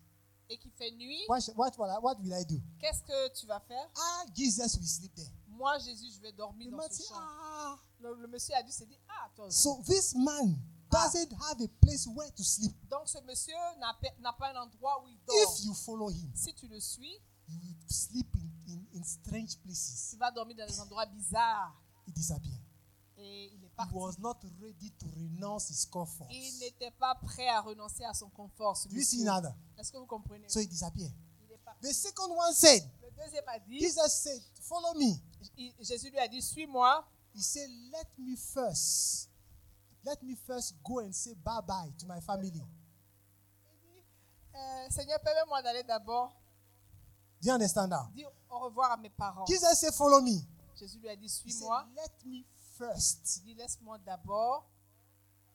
et qu'il fait nuit, what sh- what will I, what will I do? qu'est-ce que tu vas faire Ah, Jesus will sleep there. Moi, Jésus, je vais dormir The dans man ce say, champ. ah. Le, le monsieur a dû se dire, ah, attends. So this man doesn't have a place where to sleep. Donc ce monsieur n'a pe- n'a pas un endroit où il dort. If you follow him, si tu le suis, you will sleep in, in, in strange tu places. vas dormir dans des endroits bizarres. He disappeared. Et il est He parti. was not ready to renounce his comfort. Il n'était pas prêt à renoncer à son confort. ce Do you see monsieur. another? Est-ce que vous comprenez So he disappeared. Il est parti. The second one said, Le deuxième a dit, Jesus said, follow me. il- Jésus lui a dit, suis-moi. He said, let me first, let me first go and say bye-bye to my family. Il dit, Euh, Seigneur, permets-moi d'aller d'abord Do you understand now? dire au revoir à mes parents. Jesus said, follow me. Jésus lui a dit, He said, suis-moi. let me Il first. dit, laisse-moi d'abord.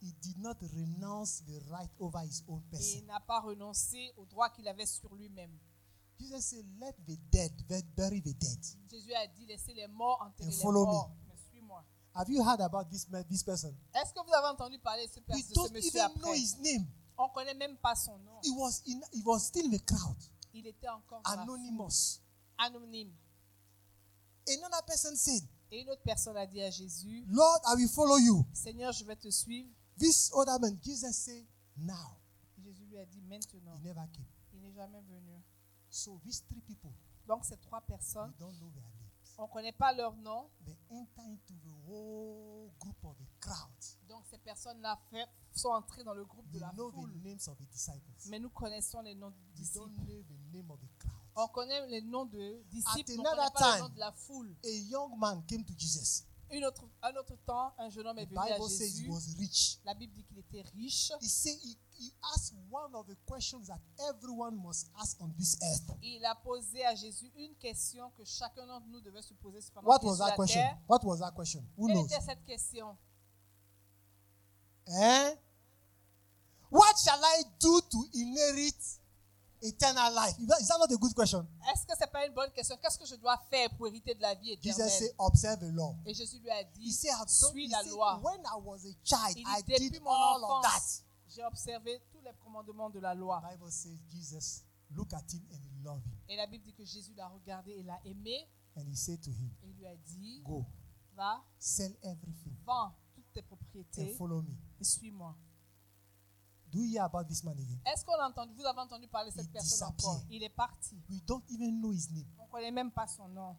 He did not renounce the right over his own Et il person. n'a pas renoncé au droit qu'il avait sur lui-même. Jesus said, let the dead bur- bury the dead. Jésus a dit, laissez les morts enterrer And les follow me. morts. Mais suis-moi. Have you heard about this man, this person? Est-ce que vous avez entendu parler de ce, pers- We de ce don't monsieur even know après his name. On ne connaît même pas son nom. He was in, he was still in the crowd, Il était encore dans la- anonymous. anonyme. Another person said, Et une autre personne a dit à Jésus, Lord, I will follow you. Seigneur, je vais te suivre. This other man, Jesus said, now. Jésus lui a dit, maintenant. He never came. Il n'est jamais venu. So these three people, Donc ces trois we personnes, don't know their names. On ne connaît pas leur nom. They enter into the whole group of the crowd. Donc ces personnes-là fait- sont entrées dans le groupe de They la know foule. the names of the disciples. Mais nous connaissons les noms des They disciples. don't know the name of the crowd. On connaît les noms de disciples, At mais on connaît another pas les time. noms de la foule. A young man came to Jesus. Une autre, un autre temps, un jeune homme est The venu à Bible says he Jésus. was rich. La Bible dit qu'il était riche. He said he, he asked one of the questions that everyone must ask on this earth. Il a posé à Jésus une question que chacun d'entre nous devait se poser pendant What qu'il was est sur that la question? terre. What was that question? Who Quelle knows? était cette question Eh? What shall I do to inherit eternal life? Is that- is that not a good question? Est-ce que ce n'est pas une bonne question Qu'est-ce que je dois faire pour hériter de la vie éternelle Jesus said, observe the law. Et Jésus lui a He dit, said, I've done, suis he la said, loi. when I was a child, Il I dit, did depuis mon all of that. enfance, j'ai observé tous les commandements de la The loi. Bible says Jesus looked at him and he loved him. Et la Bible dit que Jésus l'a regardé et l'a aimé. And he said to him, Et il lui a dit, Go, va, sell everything vends toutes tes and propriétés follow me. et suis-moi. Do you hear about this man again? Est-ce qu'on a entendu, vous avez entendu parler de cette Il personne disappear. encore Il est parti. We don't even know his name. On ne connaît même pas son nom.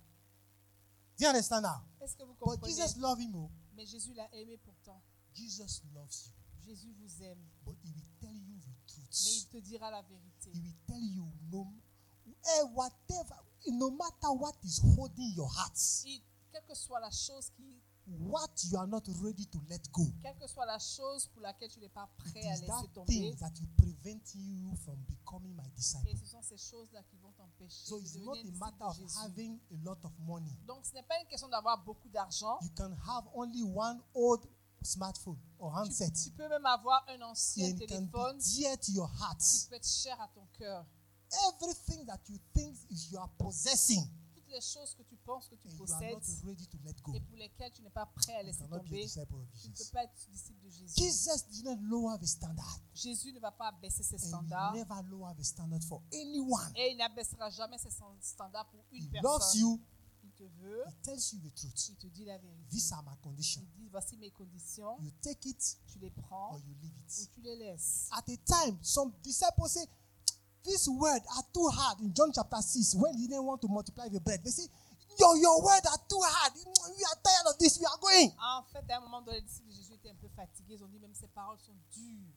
Do you understand now? Est-ce que vous But comprenez Jesus loved him. oh. Mais Jésus l'a aimé pourtant. Jesus loves you. Jésus vous aime, But he will tell you the mais truth. il te dira la vérité. He will tell you no, eh, whatever, no matter what is holding your heart, Il- quelle que soit la chose qui, what you are not ready to let go. quelle que soit la chose pour laquelle tu n'es pas It prêt à is that laisser tomber, thing that will prevent you from becoming my et disciple. ce sont ces choses-là qui vont t'empêcher So de it's not devenir a disciple matter de of Jésus. having a lot of money. Donc ce n'est pas une question d'avoir beaucoup d'argent. You can have only one old smartphone or Tu, handset, tu peux même avoir un ancien and it can téléphone be dear to your heart. qui peut être cher à ton cœur. Everything that you think is you are possessing, Toutes les choses que tu penses que tu and you are possèdes not ready to let go. et pour lesquelles tu n'es pas prêt à You laisser cannot be a tomber, disciple of tu ne peux Jesus. pas être disciple de Jésus. Jesus did not lower the standard. Jésus ne va pas baisser ses and standards he never lower the standard for anyone. et il n'abaissera jamais ses standards pour He une loves personne. you. Il te veut, He tells you the truth. il te dit la vérité. These are my conditions. Il dit voici mes conditions, You take it tu les or prends you leave ou it. tu les laisses. At a time, some disciples say, "These words are too hard." In John chapter six, when he didn't want to multiply the bread, they say, "Your your words are too hard. We are tired of this. We are going." En fait, à un moment donné, les disciples de Jésus étaient un peu fatigués. Ils ont dit même ses paroles sont dures.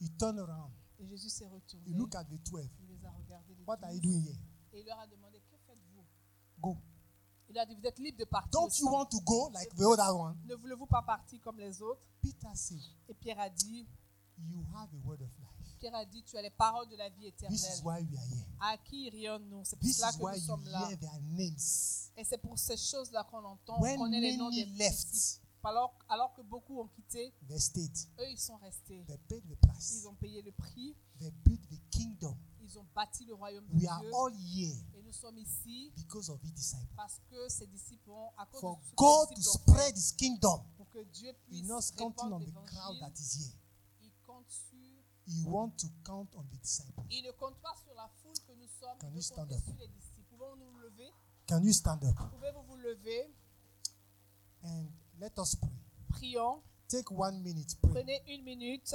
He turned around. Et Jésus s'est He retourné. looked at the twelve. Il les a regardés. les What are you douze, doing here? Et il leur a demandé Que faites-vous Go. Il a dit Vous êtes libre de partir. Don't aussi. you want to go like the other one? Ne voulez-vous pas partir comme les autres Peter said, Et Pierre a dit "You have a word of life. Pierre a dit Tu as les paroles de la vie This is éternelle. why we are here." À qui irions-nous C'est pour This cela is que why nous you sommes là. hear their names. Et c'est pour ces choses-là qu'on entend. When On connaît les noms des many disciples. left, Alors, alors que beaucoup ont quitté, they stayed. eux, ils sont restés. They paid the price. Ils ont payé le prix. They built the kingdom. Ils ont bâti le royaume de We are Dieu. all here Et nous sommes ici because of his disciples. parce que ses disciples ont, à cause For de ce que God les to disciples ont fait, spread his kingdom, pour que Dieu he's puisse not counting répandre on the crowd that l'évangile, is here. il compte sur, He wants to count on the disciples. il ne compte pas sur la foule que nous sommes, Can il you veut stand compter up? sur les disciples. Pouvons-nous nous lever? Can you stand up Pouvez-vous vous lever? and let us pray? Prions. Take one minute, pray. Prenez une minute.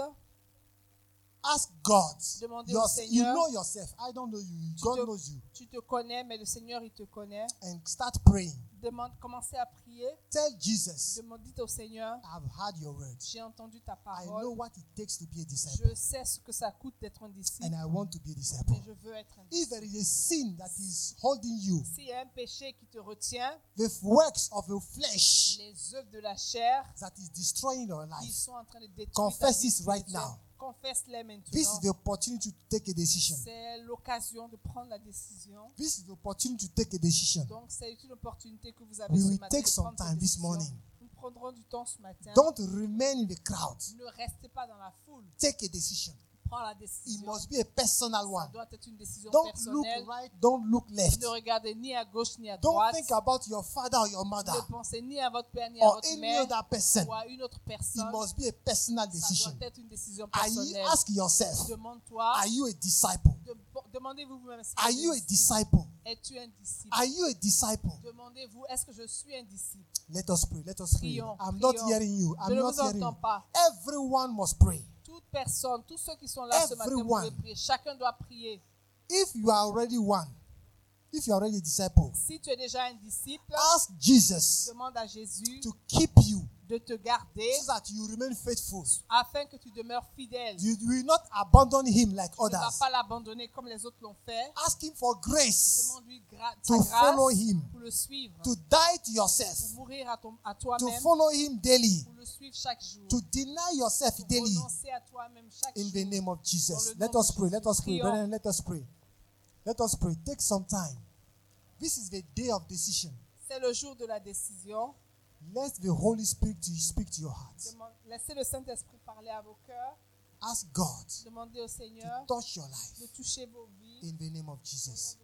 Ask God. Demandez au Your- you Seigneur. know yourself. I don't know you. Tu God te- knows you. Tu te connais, mais le Seigneur, il te connaît. And start praying. Demande, commencez à prier. Tell Jesus, Demande, dites au Seigneur, I've heard your word. j'ai entendu ta I know parole. what it takes to be a disciple. Je sais ce que ça coûte d'être un and disciple I want to be a et disciple. je veux être un If disciple. there is a sin that is holding you, S'il y a un péché qui te retient, the works of your flesh les œuvres de la chair, that is destroying your ils life, sont en train de détruire Confess ta vie it right spirituelle. now. this Confesse-les is maintenant. the opportunity to take a decision. C'est l'occasion de prendre la décision. This is the opportunity to take a decision. Donc, c'est une opportunité que vous avez We ce will matin. take de some prendre time cette this décision. morning. Nous prendrons du temps ce matin. Don't remain in the crowd. Ne restez pas dans la foule. Take a decision. Prends la It décision. must be a personal Ça one. doit être une décision Don't look personnelle. right, don't look left. Ne regardez ni à gauche ni à Don't droite. think about your father or your mother Ne pensez ni à votre père ni à or votre any mère other person. ou à une autre It personne. must be a personal Ça decision. doit être une décision Are you, personnelle. ask yourself, Demande-toi. are you a disciple? de- Demandez-vous vous-même. est-ce que Are tu es you a disciple? disciple? Es-tu un disciple? Are you a disciple? Demandez-vous, est-ce que je suis un disciple? Let us pray. Let us pray. Prions, I'm not prions. hearing you. je I'm ne not vous hearing entends you. pas. Everyone must pray. Toute personne, tous ceux qui sont là ce matin, vous Everyone. devez prier. Chacun doit prier. If you are already one, If you are already a disciple, Si tu es déjà un disciple, ask Jesus demande à Jésus to keep you de te garder so that you remain faithful. afin que tu demeures fidèle. Tu You will not abandon him like ne vas others. pas l'abandonner comme les autres l'ont fait. Ask him for grace Demande-lui gra- To sa follow grâce him. pour le suivre, to die to pour yourself, mourir à, ton- à to toi-même, follow him daily, pour le suivre chaque jour, to deny yourself pour daily. renoncer à toi-même chaque In the jour. name of Jesus. Dans le Let nom us de pray. Jésus, Let us pray. prions. Brethren, let us pray. Let us pray. Take some time. This is the day of decision. C'est le jour de la décision. Let the Holy Spirit to speak to your heart. Demande- Laissez le Saint-Esprit parler à vos cœurs. Ask God Demandez au to Seigneur touch your de life toucher vos vies. in the name of Jesus.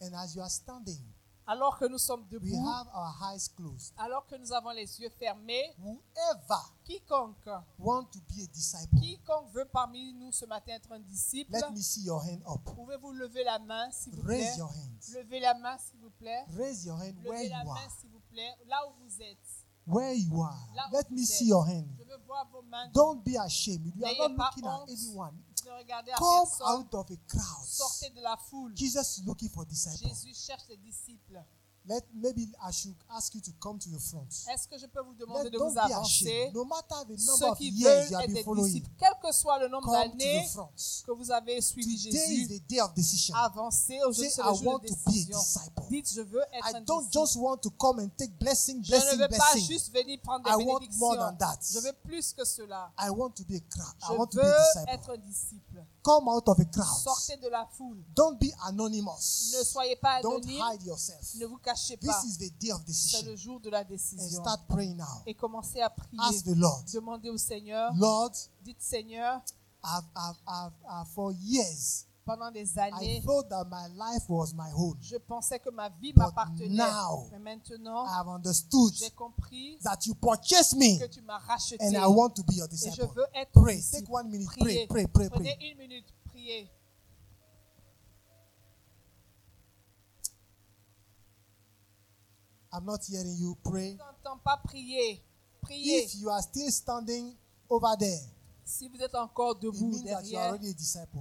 And as you are standing, Alors que nous sommes we debout, have our eyes closed. alors que nous avons les yeux fermés, Whoever quiconque, want to be a disciple, quiconque veut parmi nous ce matin être un disciple, let me see your hand up. pouvez-vous lever la main, s'il vous plaît Raise your hand. Levez la main, s'il vous plaît. Raise your hand where Levez you la are. main, s'il vous plaît, là où vous êtes. Where you are. Là où Let vous me êtes. see your hand. Je veux voir vos mains. Don't be ashamed. You N'ayez are pas not looking honte. at anyone. Ne regardez à Come personne. out of a crowd. Sortez de la foule. Jesus is looking for disciples. Jésus cherche des disciples. Let maybe I should ask you to come to the front. Est-ce que je peux vous demander Let, de don't vous be avancer ashamed. No matter the number Ceux of qui years veulent you have être been des following, disciples, quel que soit le nombre come to the d'années front. que vous avez suivi Today is Jésus, the day of decision. avancez au Say, jeu I de want to be a décision. disciple. Dites, je veux être I un don't disciple. just want to come and take blessing, Je ne blessing, veux pas blessing. juste venir prendre I des want more bénédictions. than that. Je veux plus que cela. I want to be a crowd. I want Je to be a veux être disciple. un disciple. Come out of a crowd. Sortez de la foule. Don't be Ne anonymous. soyez pas Don't anonyme. hide yourself. Ne vous cachez pas. This is the day of C'est le decision. jour de la And décision. start praying now. Et commencez à prier. Ask the Lord. Demandez au Seigneur. Lord, Dites, Seigneur, I've, I've, I've, I've, for years, pendant des I années, thought that my life was my own. Je pensais que ma vie But m'appartenait. now, Mais maintenant, I have understood j'ai compris that you purchased me que tu m'as racheté. and I want to be your et je disciple. veux être ton Pray. disciple. Take one minute. Pray, Priez. pray, pray, Prenez pray. une minute, priez. I'm not hearing you. Pray. Je n'entends pas prier. Priez. If you are still standing over there, Si vous êtes encore it debout means that you are derrière, already a disciple.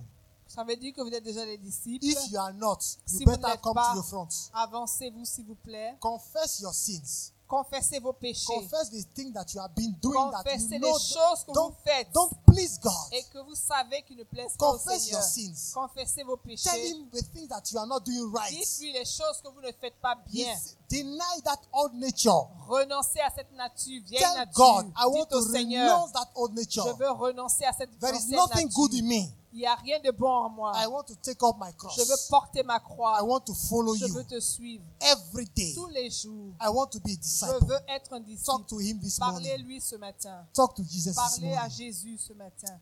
ça veut dire que vous êtes déjà des disciples. If you are not, Si you vous better n'êtes come pas- to the front. Avancez-vous, s'il vous plaît. Confess your sins. Confessez vos péchés. Confess the thing that you have been doing that Confessez you les know choses que don't, vous faites don't please God. et que vous savez qui ne plaisent pas au Confess your Seigneur. sins. Confessez vos Tell péchés. him the things that you are not doing right. Dites-lui les choses que vous ne faites pas bien. Yes, Deny that old nature. renoncer à cette nature, vieille Tell nature. God, I want Dites to au Seigneur, renounce that old nature. je veux renoncer à cette There is ancienne nothing nature. good in me. Il n'y a rien de bon en moi. I want to take up my Je veux cross. porter ma I croix. want to follow Je you veux te suivre every day. tous les jours. I want to be a Je disciple. veux être un Talk disciple. to him this morning. Parlez-lui ce matin. Talk to Jesus this Parlez à morning. Jésus ce matin.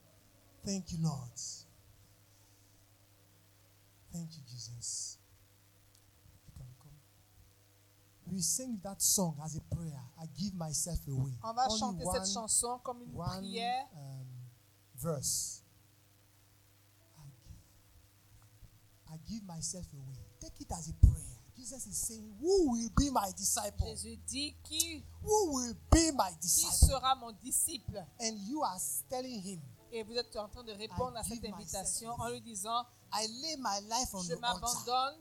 Thank you, Lord. Thank you, Jesus. You can come. We sing that song as a prayer. I give myself away. On va Only chanter one, cette chanson comme une one, prière. um, verse. I give, I give myself away. Take it as a prayer. Jesus is saying, Who will be my disciple? Jésus dit qui, Who will be my qui disciple? sera mon disciple And you are telling him, Et vous êtes en train de répondre à cette invitation en lui disant, I lay my life on je the altar. m'abandonne,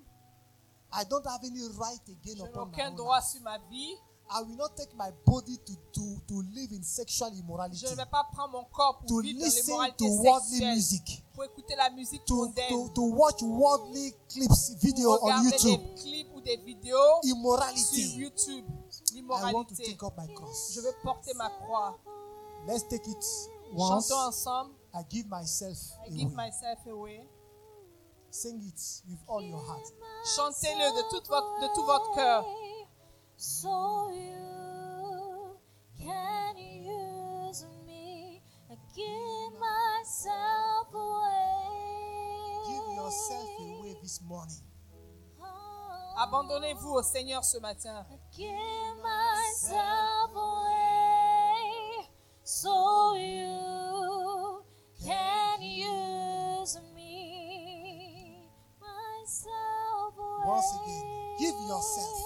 I don't have any right again je n'ai upon my aucun own droit life. sur ma vie. I will not take my body to, to, to live in sexual immorality, Je ne vais pas prendre mon corps to pour vivre dans listen to l'immoralité worldly sexuelle, music, pour écouter la musique to, mondaine, to, to watch worldly clips, video pour on regarder YouTube, des clips ou des vidéos sur immorality. YouTube, I want to l'immoralité. take up my Je cross. veux porter ma croix. Let's take it once. Chantons ensemble. I give myself I give away. myself away. Sing it with all your heart. Chantez-le de, toute votre- de tout votre cœur. So you can use me. I give myself away. Give yourself away this morning. Abandonnez-vous au Seigneur ce matin. I Oh, give myself away. So you can use me. Myself away. Once again, give yourself.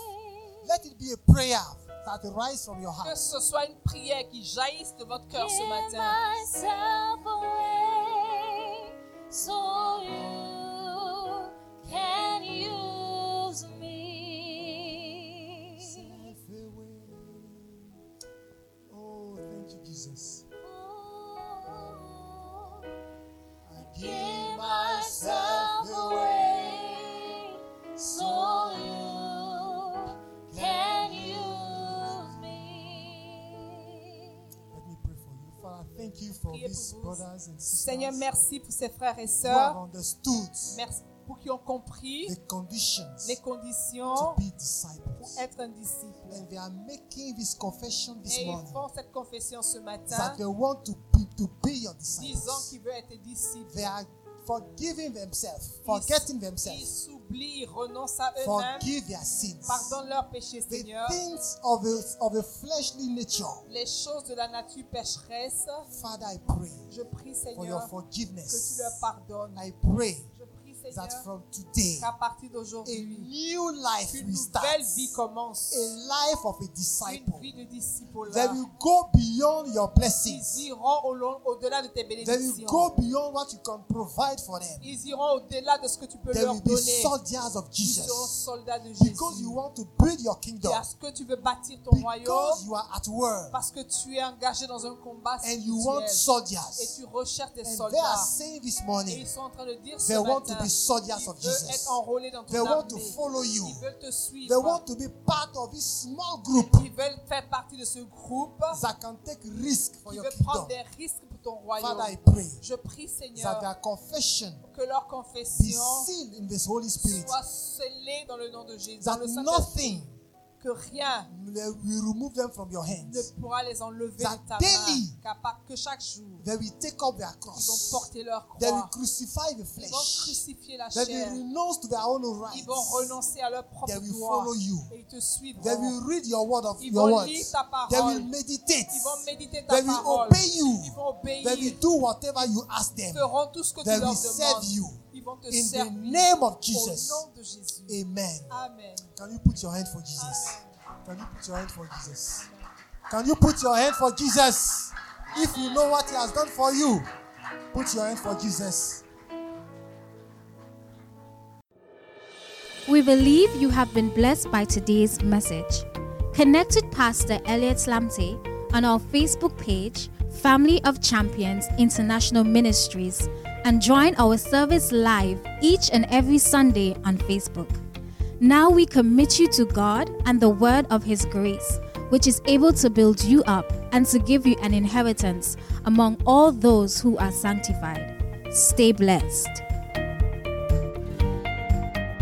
Let it be a prayer that rise from your Que heart. ce soit une prière qui jaillisse de votre cœur ce Give matin. myself away so you can use Jesus. I Give myself away so you can use me. Let me pray for you. Father, thank you for Priez pour these vous. brothers and Seigneur, sisters merci pour ces frères et who have sœurs. understood Merci pour qui ont compris the conditions les to conditions be pour disciples. être un disciple. And they are making this confession this Et ils morning font cette confession ce matin, that they want to be, to be your disant disciples. qu'ils veulent être disciples. They are forgiving themselves, Ils- forgetting Ils themselves, s'oublient, ils renoncent à eux-mêmes, forgive their sins. pardonnent leurs péchés, The Seigneur. things of a, of a fleshly nature. Les choses de la nature pécheresse, Father, I pray je prie, for your Seigneur, que tu forgiveness. leur pardonnes. I pray Je prie, that Seigneur, from today, qu'à partir a d'aujourd'hui, new life une will start. nouvelle vie commence. A life of a Une disciple. vie de disciple They là. will go beyond your blessings. Ils iront au long- au-delà de tes They will bénédictions. go beyond what you can provide for them. Ils iront au-delà de ce que tu peux They leur will be donner. soldiers of Ils seront Jesus. soldats de Jésus. Because you want to build your kingdom. Parce que tu veux bâtir ton Because royaume. you are at work. Parce que tu es engagé dans un combat And you want spirituel. Et soldiers. tu recherches des And they are soldats. saying this Et morning, ils sont en train de dire ce they want to matin, be soldiers of ils veulent Jesus. être enrôlés dans ton They want to armée. follow you. Ils veulent te They suivre. want to be part of this small group Ils veulent faire partie de ce groupe. that can take risk for Ils your veulent prendre kingdom. des risques pour ton Father, royaume. I pray Je prie, that Seigneur, their confession que leur be confession sealed in this Holy Spirit. soit scellée dans le nom de Jésus. Dans That le Saint-Esprit. nothing Que rien will will remove them from your ne hands. pourra les enlever That de ta daily, main. qu'à part- Que chaque jour, They will take up their ils vont cross. porter leur They will croix. crucify the Ils vont flesh. crucifier la They chair. will renounce to their own Ils vont rights. renoncer à leur propre They will droit. follow you. Et ils te They suivront. will read your word of Ils your vont lire words. ta They will parole. meditate. Ils vont méditer ta They will parole. obey you. Ils vont They will obéir. do whatever you ask Ils them. feront tout ce que tu They leur will serve demandes. you. Ils vont te In the servir. name of Au Jesus. nom de Jésus. Amen. Amen. Can you put your hand for Jesus? Can Amen. you put your hand for Jesus? Can you put your hand for Jesus? If you know what He has done for you, put your hand for Jesus. We believe you have been blessed by today's message. Connect with Pastor Elliot Lamte on our Facebook page, Family of Champions International Ministries, and join our service live each and every Sunday on Facebook. Now we commit you to God and the word of His grace, which is able to build you up and to give you an inheritance among all those who are sanctified. Stay blessed.